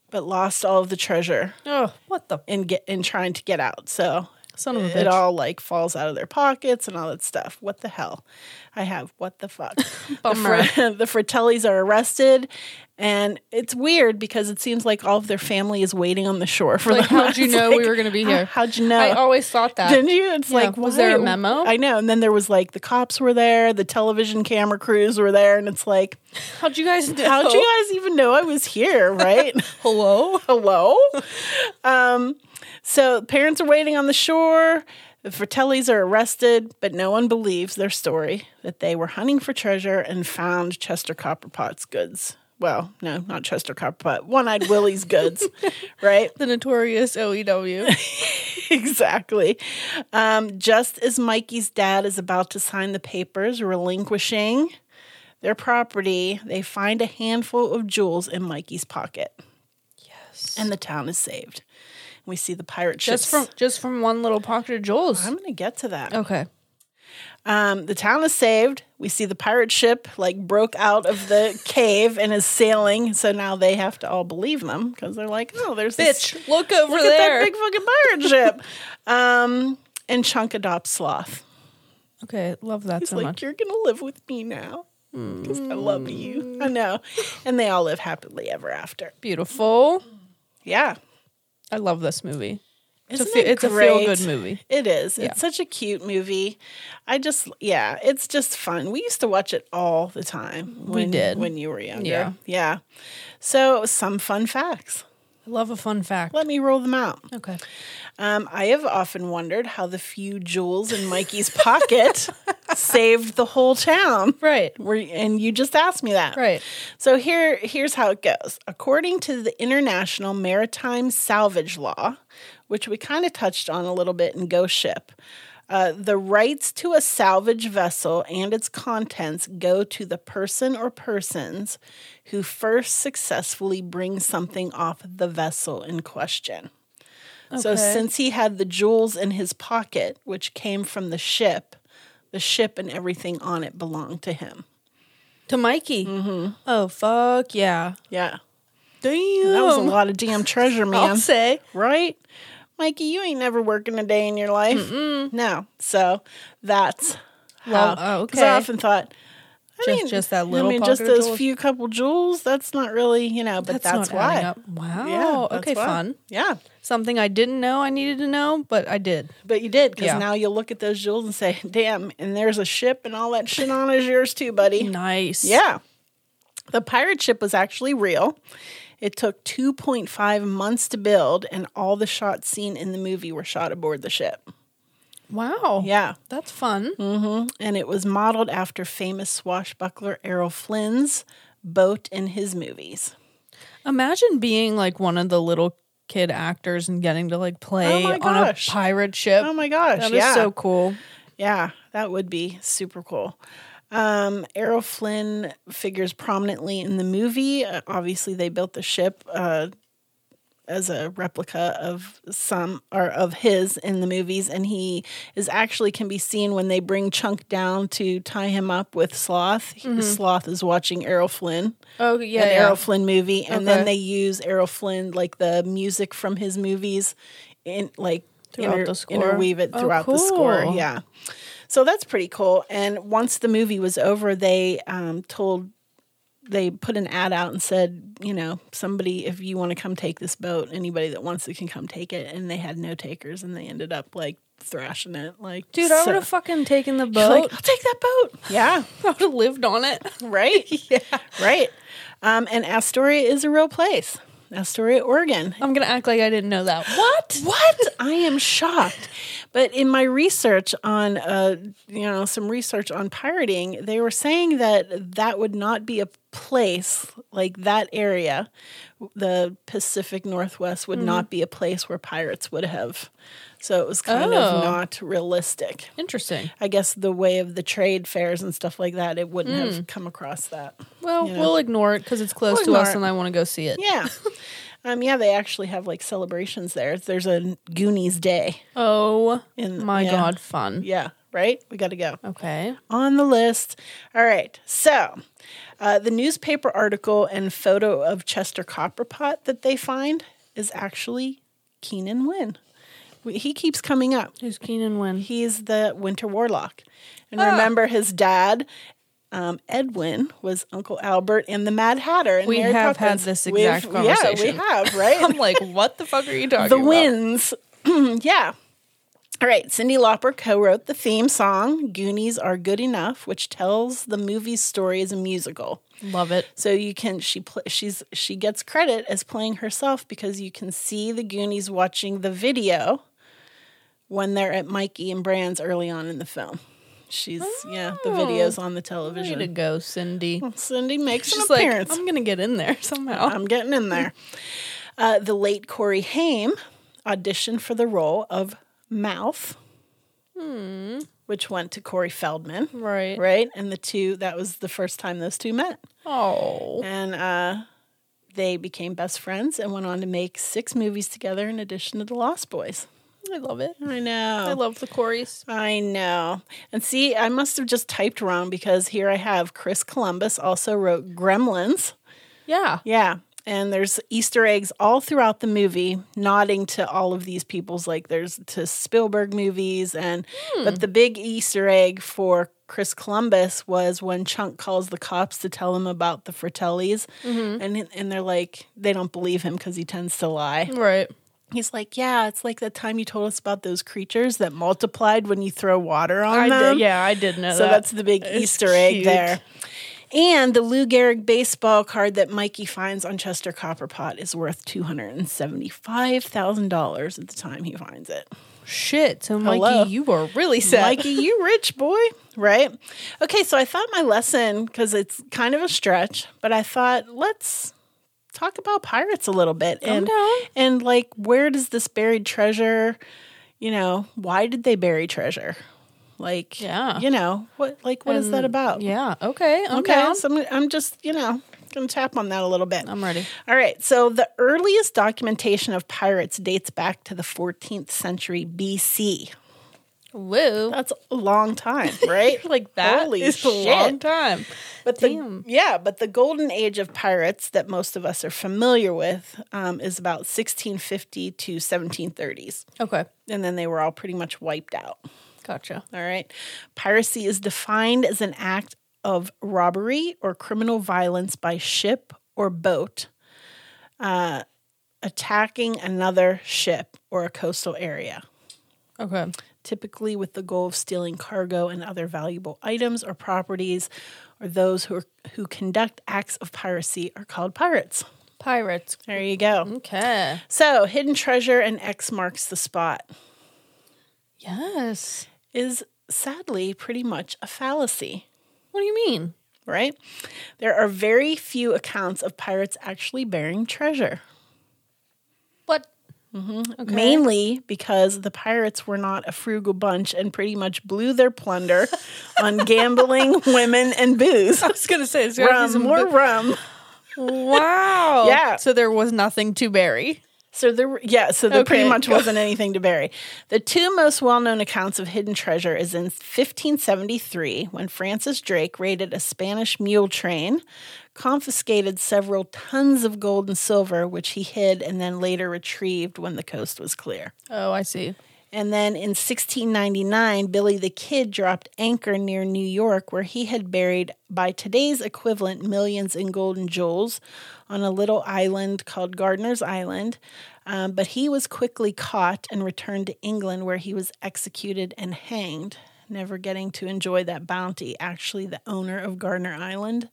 B: but lost all of the treasure
A: Oh, what the
B: in get in trying to get out. So
A: son of a
B: it
A: bitch.
B: all like falls out of their pockets and all that stuff. What the hell? I have what the fuck.
A: Bummer.
B: The, Fr- the Fratellis are arrested, and it's weird because it seems like all of their family is waiting on the shore for
A: Like,
B: them.
A: how'd you
B: It's
A: know we were gonna be
B: "How-
A: here?"
B: How'd you know?
A: I always thought that.
B: Didn't you? It's
A: Yeah.
B: like
A: Was there a
B: why-
A: memo?
B: I know. And then there was like the cops were there, the television camera crews were there, and it's like,
A: How'd you guys know?
B: how'd you guys even know I was here? Right?
A: Hello?
B: Hello. um, so parents are waiting on the shore. The Fratellis are arrested, but no one believes their story that they were hunting for treasure and found Chester Copperpot's goods. Well, no, not Chester Copperpot, One Eyed Willie's goods, right?
A: The notorious E OEW.
B: exactly. Um, just as Mikey's dad is about to sign the papers relinquishing their property, they find a handful of jewels in Mikey's pocket. Yes. And the town is saved. We see the pirate ships.
A: just from Oh. just from one little pocket of Joel's.
B: I'm going to get to that.
A: Okay.
B: Um, the town is saved. We see the pirate ship like broke out of the cave and is sailing. So now they have to all believe them because they're like, oh, there's this
A: Bitch, look over
B: Look
A: there.
B: at that big fucking pirate ship. Um, and Chunk adopts Sloth.
A: okay, love that
B: He's
A: so
B: like,
A: much.
B: you're gonna live with me now. because I love
A: Mm.
B: you. I know. And they all live happily ever after.
A: Beautiful.
B: Yeah.
A: I love this movie. It's
B: Isn't
A: a, fe-
B: it
A: it's a feel
B: great?
A: good movie.
B: It is.
A: Yeah.
B: It's such a cute movie. I just yeah, it's just fun. We used to watch it all the time. When,
A: did.
B: when you were younger.
A: Yeah.
B: Yeah. So some fun facts.
A: I love a fun fact.
B: Let me roll them out.
A: Okay.
B: Um, I have often wondered how the few jewels in Mikey's pocket saved the whole town.
A: Right.
B: Were, and you just asked me that.
A: Right.
B: So here, here's how it goes. According to the International Maritime Salvage Law, which we kind of touched on a little bit in Ghost Ship, uh, the rights to a salvage vessel and its contents go to the person or persons who first successfully brings something off the vessel in question. So
A: Okay.
B: since he had the jewels in his pocket, which came from the ship, the ship and everything on it belonged to him.
A: To Mikey. Oh, fuck yeah.
B: Yeah.
A: Damn.
B: Mm-hmm. That was a lot of damn treasure, man.
A: Um, I'll say.
B: right? Mikey, you ain't never working a day in your life. No. So that's how.
A: Well, oh,
B: 'cause I
A: okay.
B: often thought, I
A: Just-
B: mean,
A: just that
B: I
A: little
B: mean,
A: pocket
B: just
A: of
B: those
A: jewels?
B: few couple jewels. That's not really, you know, but that's,
A: not adding
B: why.
A: up. Wow.
B: that's
A: okay,
B: why.
A: fun.
B: Yeah,
A: Something I didn't know I needed to know, but I did.
B: but you did because
A: Yeah.
B: now you'll look at those jewels and say, "Damn!" And there's a ship, and all that shit on is yours too,
A: Mm-hmm.
B: buddy.
A: Nice.
B: Yeah. The pirate ship was actually real. It took 2.5 months to build, and all the shots seen in the movie were shot aboard the ship.
A: Wow.
B: Yeah.
A: That's fun.
B: Mm.
A: Mm-hmm.
B: And it was modeled after famous swashbuckler Errol Flynn's boat in his movies.
A: Imagine being like one of the little kid actors and getting to like play
B: Oh my
A: on a
B: gosh.
A: pirate ship.
B: Oh my gosh.
A: That is
B: yeah.
A: so cool.
B: Yeah, that would be super cool. Um, Errol Flynn figures prominently in the movie. Uh, obviously, they built the ship uh, as a replica of some or of his in the movies, and he is actually can be seen when they bring Chunk down to tie him up with Sloth. He- Sloth is watching Errol Flynn,
A: Oh yeah.
B: an Errol Flynn movie, and then
A: Okay.
B: they use Errol Flynn like the music from his movies in like
A: Throughout the score.
B: interweave it
A: Oh,
B: throughout the score.
A: cool.
B: Yeah. So that's pretty cool. And once the movie was over, they um, told, they put an ad out and said, you know, somebody, if you want to come take this boat, anybody that wants it can come take it. And they had no takers and they ended up like thrashing it. Like,
A: Dude, I
B: so-
A: would have fucking taken the
B: You're
A: boat.
B: like, I'll take that boat. Yeah.
A: I would have lived on it.
B: Right? yeah. Right. Um, and Astoria is a real place. Astoria, Oregon.
A: I'm gonna act like I didn't know that. What?
B: What? I am shocked. But in my research on, uh, you know, some research on pirating, they were saying that that would not be a place like that area, the Pacific Northwest would
A: Mm-hmm.
B: not be a place where pirates would have. So it was kind
A: Oh.
B: of not realistic.
A: Interesting.
B: I guess the way of the trade fairs and stuff like that, it wouldn't
A: Hmm.
B: have come across that.
A: Well, we'll ignore it because it's close
B: We'll
A: to us,
B: ignore it.
A: and I want to go see it.
B: Yeah. um, yeah, they actually have like celebrations there. There's a Goonies Day.
A: Oh
B: In-
A: my
B: yeah.
A: god, fun.
B: Yeah, right? We got to go.
A: Okay.
B: On the list. All right. So, uh, the newspaper article and photo of Chester Copperpot that they find is actually Keenan Wynn. We- He keeps coming up.
A: Who's Keenan Wynn?
B: He's the Winter Warlock. And
A: Oh.
B: remember, his dad, um, Edwin, was Uncle Albert and the Mad Hatter. And
A: We
B: Mary
A: have had
B: Poppins.
A: this
B: We've-
A: exact conversation.
B: Yeah, we have, right?
A: I'm like, what the fuck are you talking
B: the
A: about?
B: wins. yeah. All right. Cindy Lauper co wrote the theme song, Goonies Are Good Enough, which tells the movie's story as a musical.
A: Love it.
B: So you can she pl- she's she gets credit as playing herself because you can see the Goonies watching the video when they're at Mikey and Brands early on in the film. She's yeah, the
A: Oh.
B: video's on the
A: Way to
B: television.
A: go, Cindy.
B: Cindy makes
A: She's
B: an
A: like,
B: appearance.
A: I'm gonna get in there somehow.
B: I'm getting in there. Uh, the late Corey Haim auditioned for the role of Mouth, which went to Corey Feldman,
A: right.
B: right? And the two, that was the first time those two met.
A: Oh.
B: And uh, they became best friends and went on to make six movies together in addition to The Lost Boys.
A: I love it.
B: I know.
A: I love the Corys.
B: I know. And see, I must have just typed wrong because here I have Chris Columbus also wrote Gremlins.
A: Yeah.
B: Yeah. and there's Easter eggs all throughout the movie, nodding to all of these people's like there's to Spielberg movies and
A: Hmm.
B: but the big Easter egg for Chris Columbus was when Chunk calls the cops to tell him about the Fratellis,
A: Mm-hmm.
B: and and they're like they don't believe him because he tends to lie.
A: Right.
B: He's like, yeah, it's like the time you told us about those creatures that multiplied when you throw water on
A: I
B: them.
A: did, yeah, I did know
B: Uh-huh. So
A: that.
B: that's the big
A: It's
B: Easter egg
A: cute.
B: there. And the Lou Gehrig baseball card that Mikey finds on Chester Copperpot is worth two hundred and seventy-five thousand dollars at the time he finds it.
A: Shit. So, Mikey,
B: Hello.
A: you were really sad.
B: Mikey, you rich boy, right? Okay, so I thought my lesson because it's kind of a stretch, but I thought let's talk about pirates a little bit and
A: down.
B: and like where does this buried treasure, you know, why did they bury treasure? Like,
A: Yeah.
B: you know, what like what is that about?
A: yeah. Okay. I'm
B: Okay,
A: down.
B: so I'm, I'm just you know gonna tap on that a little bit.
A: I'm ready.
B: All right, so the earliest documentation of pirates dates back to the 14th century BC.
A: Woo.
B: That's a long time, right?
A: Like that
B: Holy
A: is a
B: shit.
A: long time.
B: But
A: Damn.
B: the yeah, but the golden age of pirates that most of us are familiar with um, is about 1650 to 1730s,
A: Okay.
B: and then they were all pretty much wiped out.
A: Gotcha.
B: All right, piracy is defined as an act of robbery or criminal violence by ship or boat, uh, attacking another ship or a coastal area.
A: Okay.
B: typically with the goal of stealing cargo and other valuable items or properties, or those who, are, who conduct acts of piracy are called pirates.
A: Pirates.
B: There you go.
A: Okay.
B: So, hidden treasure and X marks the spot
A: Yes.
B: is sadly pretty much a fallacy,
A: What do you mean?
B: right? There are very few accounts of pirates actually bearing treasure,
A: What? Mm-hmm. Okay.
B: mainly because the pirates were not a frugal bunch and pretty much blew their plunder on gambling, women, and booze.
A: I was gonna say it's gotta be
B: Rum,
A: some
B: more rum.
A: Wow.
B: Yeah.
A: So there was nothing to bury.
B: So there, were- yeah. So there pretty
A: Okay,
B: much
A: go.
B: wasn't anything to bury. The two most well-known accounts of hidden treasure is in 1573 when Francis Drake raided a Spanish mule train, confiscated several tons of gold and silver, which he hid and then later retrieved when the coast was clear.
A: Oh, I see.
B: And then in 1699, Billy the Kid dropped anchor near New York, where he had buried, by today's equivalent, millions in golden jewels on a little island called Gardener's Island. Um, but he was quickly caught and returned to England, where he was executed and hanged, never getting to enjoy that bounty. Actually, the owner of Gardner Island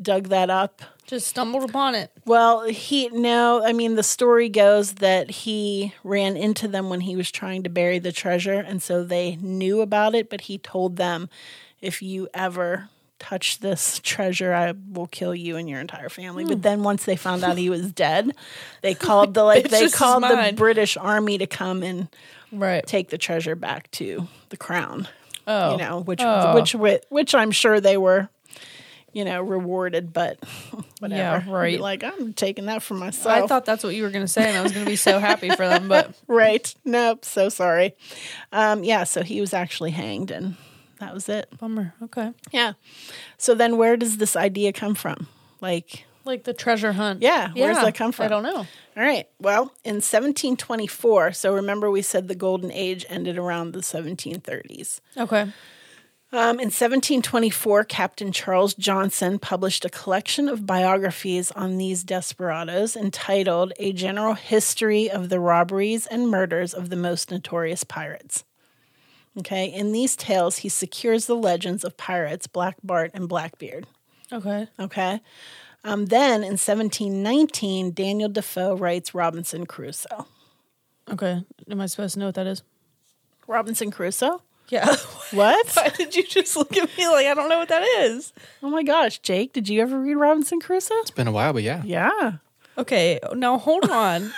B: dug that up
A: Just stumbled upon it.
B: well, he no, I mean the story goes that he ran into them when he was trying to bury the treasure and so they knew about it, but he told them if you ever touch this treasure, I will kill you and your entire family.
A: Hmm.
B: But then once they found out he was dead, they called the like
A: Bitch,
B: they
A: this is
B: called the
A: mine.
B: British army to come and
A: Right.
B: take the treasure back to the crown.
A: Oh.
B: You know, which
A: Oh.
B: which which which I'm sure they were you know, rewarded, but
A: Yeah,
B: whatever.
A: right.
B: Like I'm taking that for myself.
A: I thought that's what you were gonna say, and I was gonna be so happy for them, but
B: right. Nope. So sorry. Um, yeah. So he was actually hanged, and that was it.
A: bummer. Okay.
B: Yeah. So then, where does this idea come from? Like,
A: Like the treasure hunt.
B: Yeah, where's that come from?
A: I don't know.
B: all right. Well, in 1724. So remember, we said the golden age ended around the 1730s.
A: Okay.
B: Um, in 1724, Captain Charles Johnson published a collection of biographies on these desperadoes entitled A General History of the Robberies and Murders of the Most Notorious Pirates. Okay, in these tales, he secures the legends of pirates Black Bart and Blackbeard.
A: Okay.
B: Okay, um, then in 1719, Daniel Defoe writes Robinson Crusoe.
A: Okay. Am I supposed to know what that is?
B: Robinson Crusoe?
A: Yeah.
B: What?
A: Why did you just look at me like I don't know what that is?
B: oh my gosh, Jake, did you ever read Robinson Crusoe?
C: It's been a while, but yeah.
B: Yeah.
A: Okay, now hold on.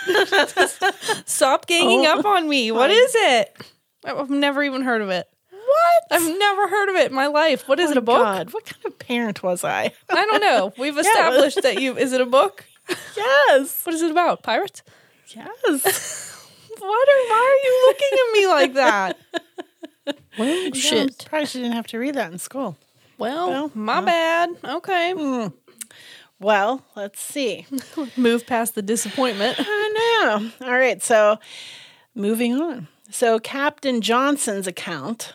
A: Stop ganging up on me. What is it? I- I've never even heard of it. What? I've never heard of it in Oh my life. What is it? A book?
B: God, what kind of parent was I?
A: I don't know. We've established that you. Is it a book?
B: yes.
A: What is it about? Pirates?
B: Yes.
A: What are? Why are you looking at me like that? Well,
B: Probably she didn't have to read that in school.
A: Well,
B: Well,
A: Hmm. my bad. Okay.
B: Well, let's see.
A: Move past the disappointment.
B: I know. All right, so moving on. So Captain Johnson's account,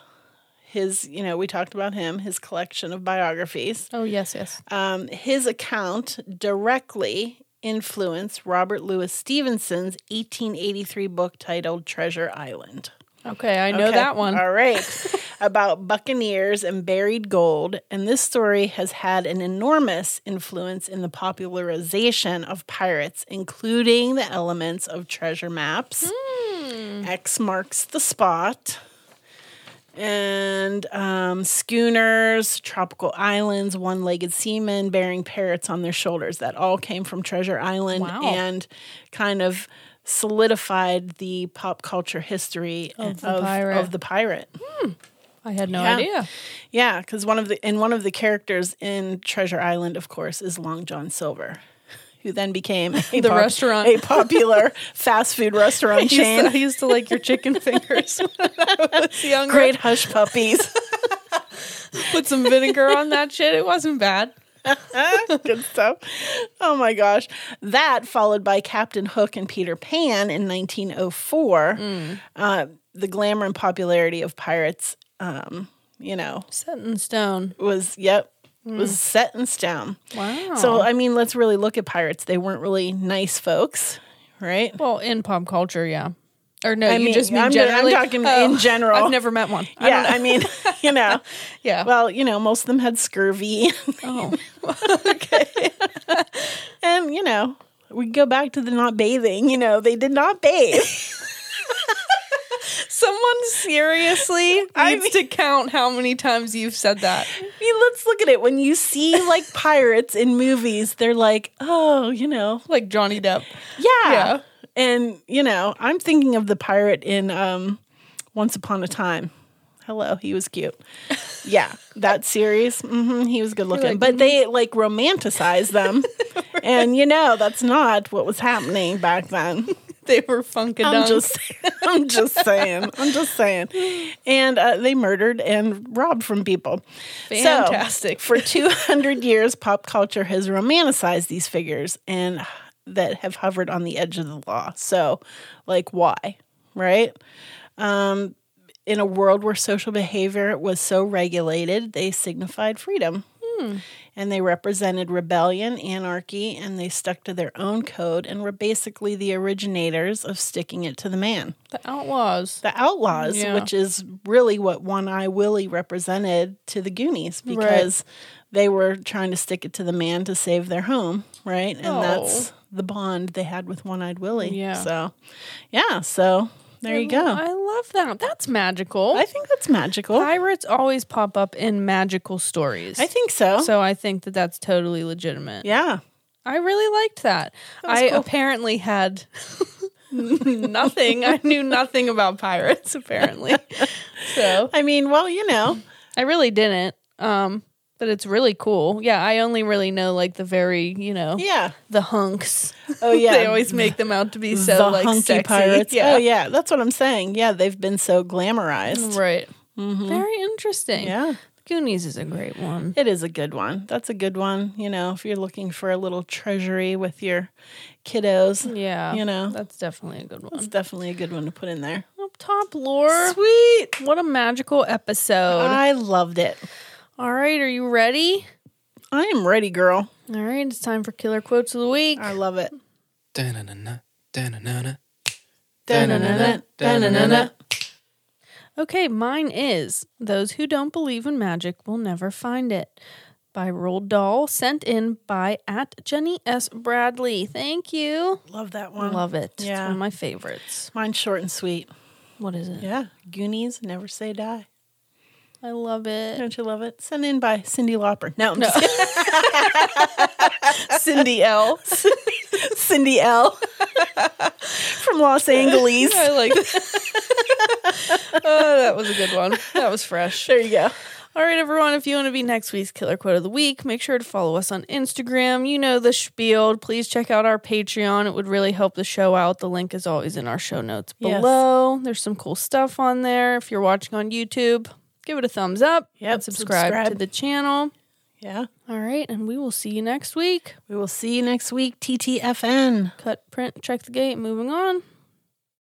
B: his, you know, we talked about him, his collection of biographies.
A: Oh, yes, yes.
B: Um, his account directly influenced Robert Louis Stevenson's 1883 book titled Treasure Island.
A: Okay, I know
B: Okay.
A: that one.
B: All right. About buccaneers and buried gold. And this story has had an enormous influence in the popularization of pirates, including the elements of treasure maps.
A: Hmm.
B: X marks the spot. And um, schooners, tropical islands, one legged seamen bearing parrots on their shoulders. That all came from Treasure Island
A: Wow.
B: and kind of solidified the pop culture history
A: Of the pirate.
B: of the pirate.
A: I had no
B: Yeah.
A: idea.
B: Yeah, because one of the and one of the characters in Treasure Island, of course, is Long John Silver, who then became a
A: The restaurant.
B: a popular fast food restaurant
A: I used,
B: chain.
A: to, I used to like your chicken fingers when I was younger.
B: Great hush puppies.
A: Put some vinegar on that shit. It wasn't bad.
B: Good stuff. Oh my gosh. That followed by Captain Hook and Peter Pan in 1904.
A: Mm.
B: Uh, the glamour and popularity of pirates, um, you know,
A: Set in stone.
B: was, yep, was set in stone.
A: Mm. Wow.
B: So, I mean, let's really look at pirates. They weren't really nice folks, right?
A: well, in pop culture, yeah. Or no,
B: I
A: you
B: mean,
A: just mean
B: I'm- I'm
A: generally. Oh.
B: talking in general.
A: I've never met one. I
B: yeah,
A: don't know.
B: I mean, you know,
A: yeah.
B: well, you know, most of them had scurvy.
A: oh.
B: and, you know, we go back to the not bathing, you know, they did not bathe.
A: Someone seriously needs
B: I
A: to count how many times you've said that.
B: I mean, let's look at it. When you see like pirates in movies, they're like, oh, you know,
A: Like Johnny Depp.
B: yeah.
A: Yeah.
B: And, you know, I'm thinking of the pirate in um, Once Upon a Time. Hello, he was cute. Yeah, that series, hmm he was good looking.
A: like, mm-hmm.
B: but they like romanticize them. And, you know, that's not what was happening back then.
A: They were funkadunks.
B: I'm just, I'm just saying. I'm just saying. And uh, they murdered and robbed from people. So,
A: Fantastic.
B: for 200 years, pop culture has romanticized these figures and that have hovered on the edge of the law. So, like, why? Right? Um, in a world where social behavior was so regulated, they signified freedom. And they represented rebellion, anarchy, and they stuck to their own code and were basically the originators of sticking it to the man.
A: the outlaws.
B: The Outlaws,
A: Yeah.
B: which is really what One Eye Willie represented to the Goonies because they were trying to stick it to the man to save their home, right? And that's the bond they had with One Eyed Willie.
A: Oh. Yeah.
B: So, yeah. So there you go.
A: I love that. That's magical.
B: I think that's magical.
A: Pirates always pop up in magical stories.
B: I think so.
A: so I think that that's totally legitimate.
B: yeah.
A: I really liked that. I apparently had nothing. I knew nothing about pirates apparently. so,
B: I mean, well, you know,
A: I really didn't. Um but it's really cool. Yeah, I only really know like the very, you know,
B: yeah.
A: the hunks.
B: Oh, yeah.
A: they always make them out to be so
B: the
A: like
B: hunky
A: sexy.
B: pirates.
A: Yeah.
B: Oh, yeah. That's what I'm saying. Yeah. They've been so glamorized.
A: Right. Very interesting.
B: Mm-hmm. Yeah.
A: Goonies is a great one.
B: It is a good one. That's a good one. You know, if you're looking for a little treasury with your kiddos,
A: Yeah.
B: you know,
A: That's definitely a good one.
B: it's definitely a good one to put in there.
A: Up top lore.
B: Sweet.
A: What a magical episode.
B: I loved it.
A: All right, are you ready?
B: I am ready, girl.
A: All right, it's time for killer quotes of the week.
B: I love it.
C: Da-na-na-na, da-na-na-na.
B: Da-na-na-na, da-na-na-na.
A: Okay, mine is Those Who Don't Believe in Magic Will Never Find It by Roald Dahl, sent in by at Jenny S. Bradley. Thank you.
B: Love that one.
A: Love it. It's
B: yeah.
A: one of my favorites.
B: Mine's short and sweet.
A: What is it?
B: Yeah. Goonies never say die.
A: I love it.
B: Don't you love it? Sent in by Cindy Lauper. No, I'm
A: No.
B: just kidding.
A: Cindy L.
B: Cindy L. from Los Angeles.
A: I like that. oh, that was a good one. That was fresh.
B: There you go.
A: All right, everyone. If you want to be next week's Killer Quote of the Week, make sure to follow us on Instagram. You know the spiel. Please check out our Patreon. It would really help the show out. The link is always in our show notes
B: Yes.
A: below. There's some cool stuff on there. If you're watching on YouTube, give it a thumbs up
B: Yep,
A: and subscribe,
B: subscribe.
A: to the channel.
B: Yeah.
A: All right, and we will see you next week.
B: We will see you next week, TTFN.
A: Cut, print, check the gate. Moving on.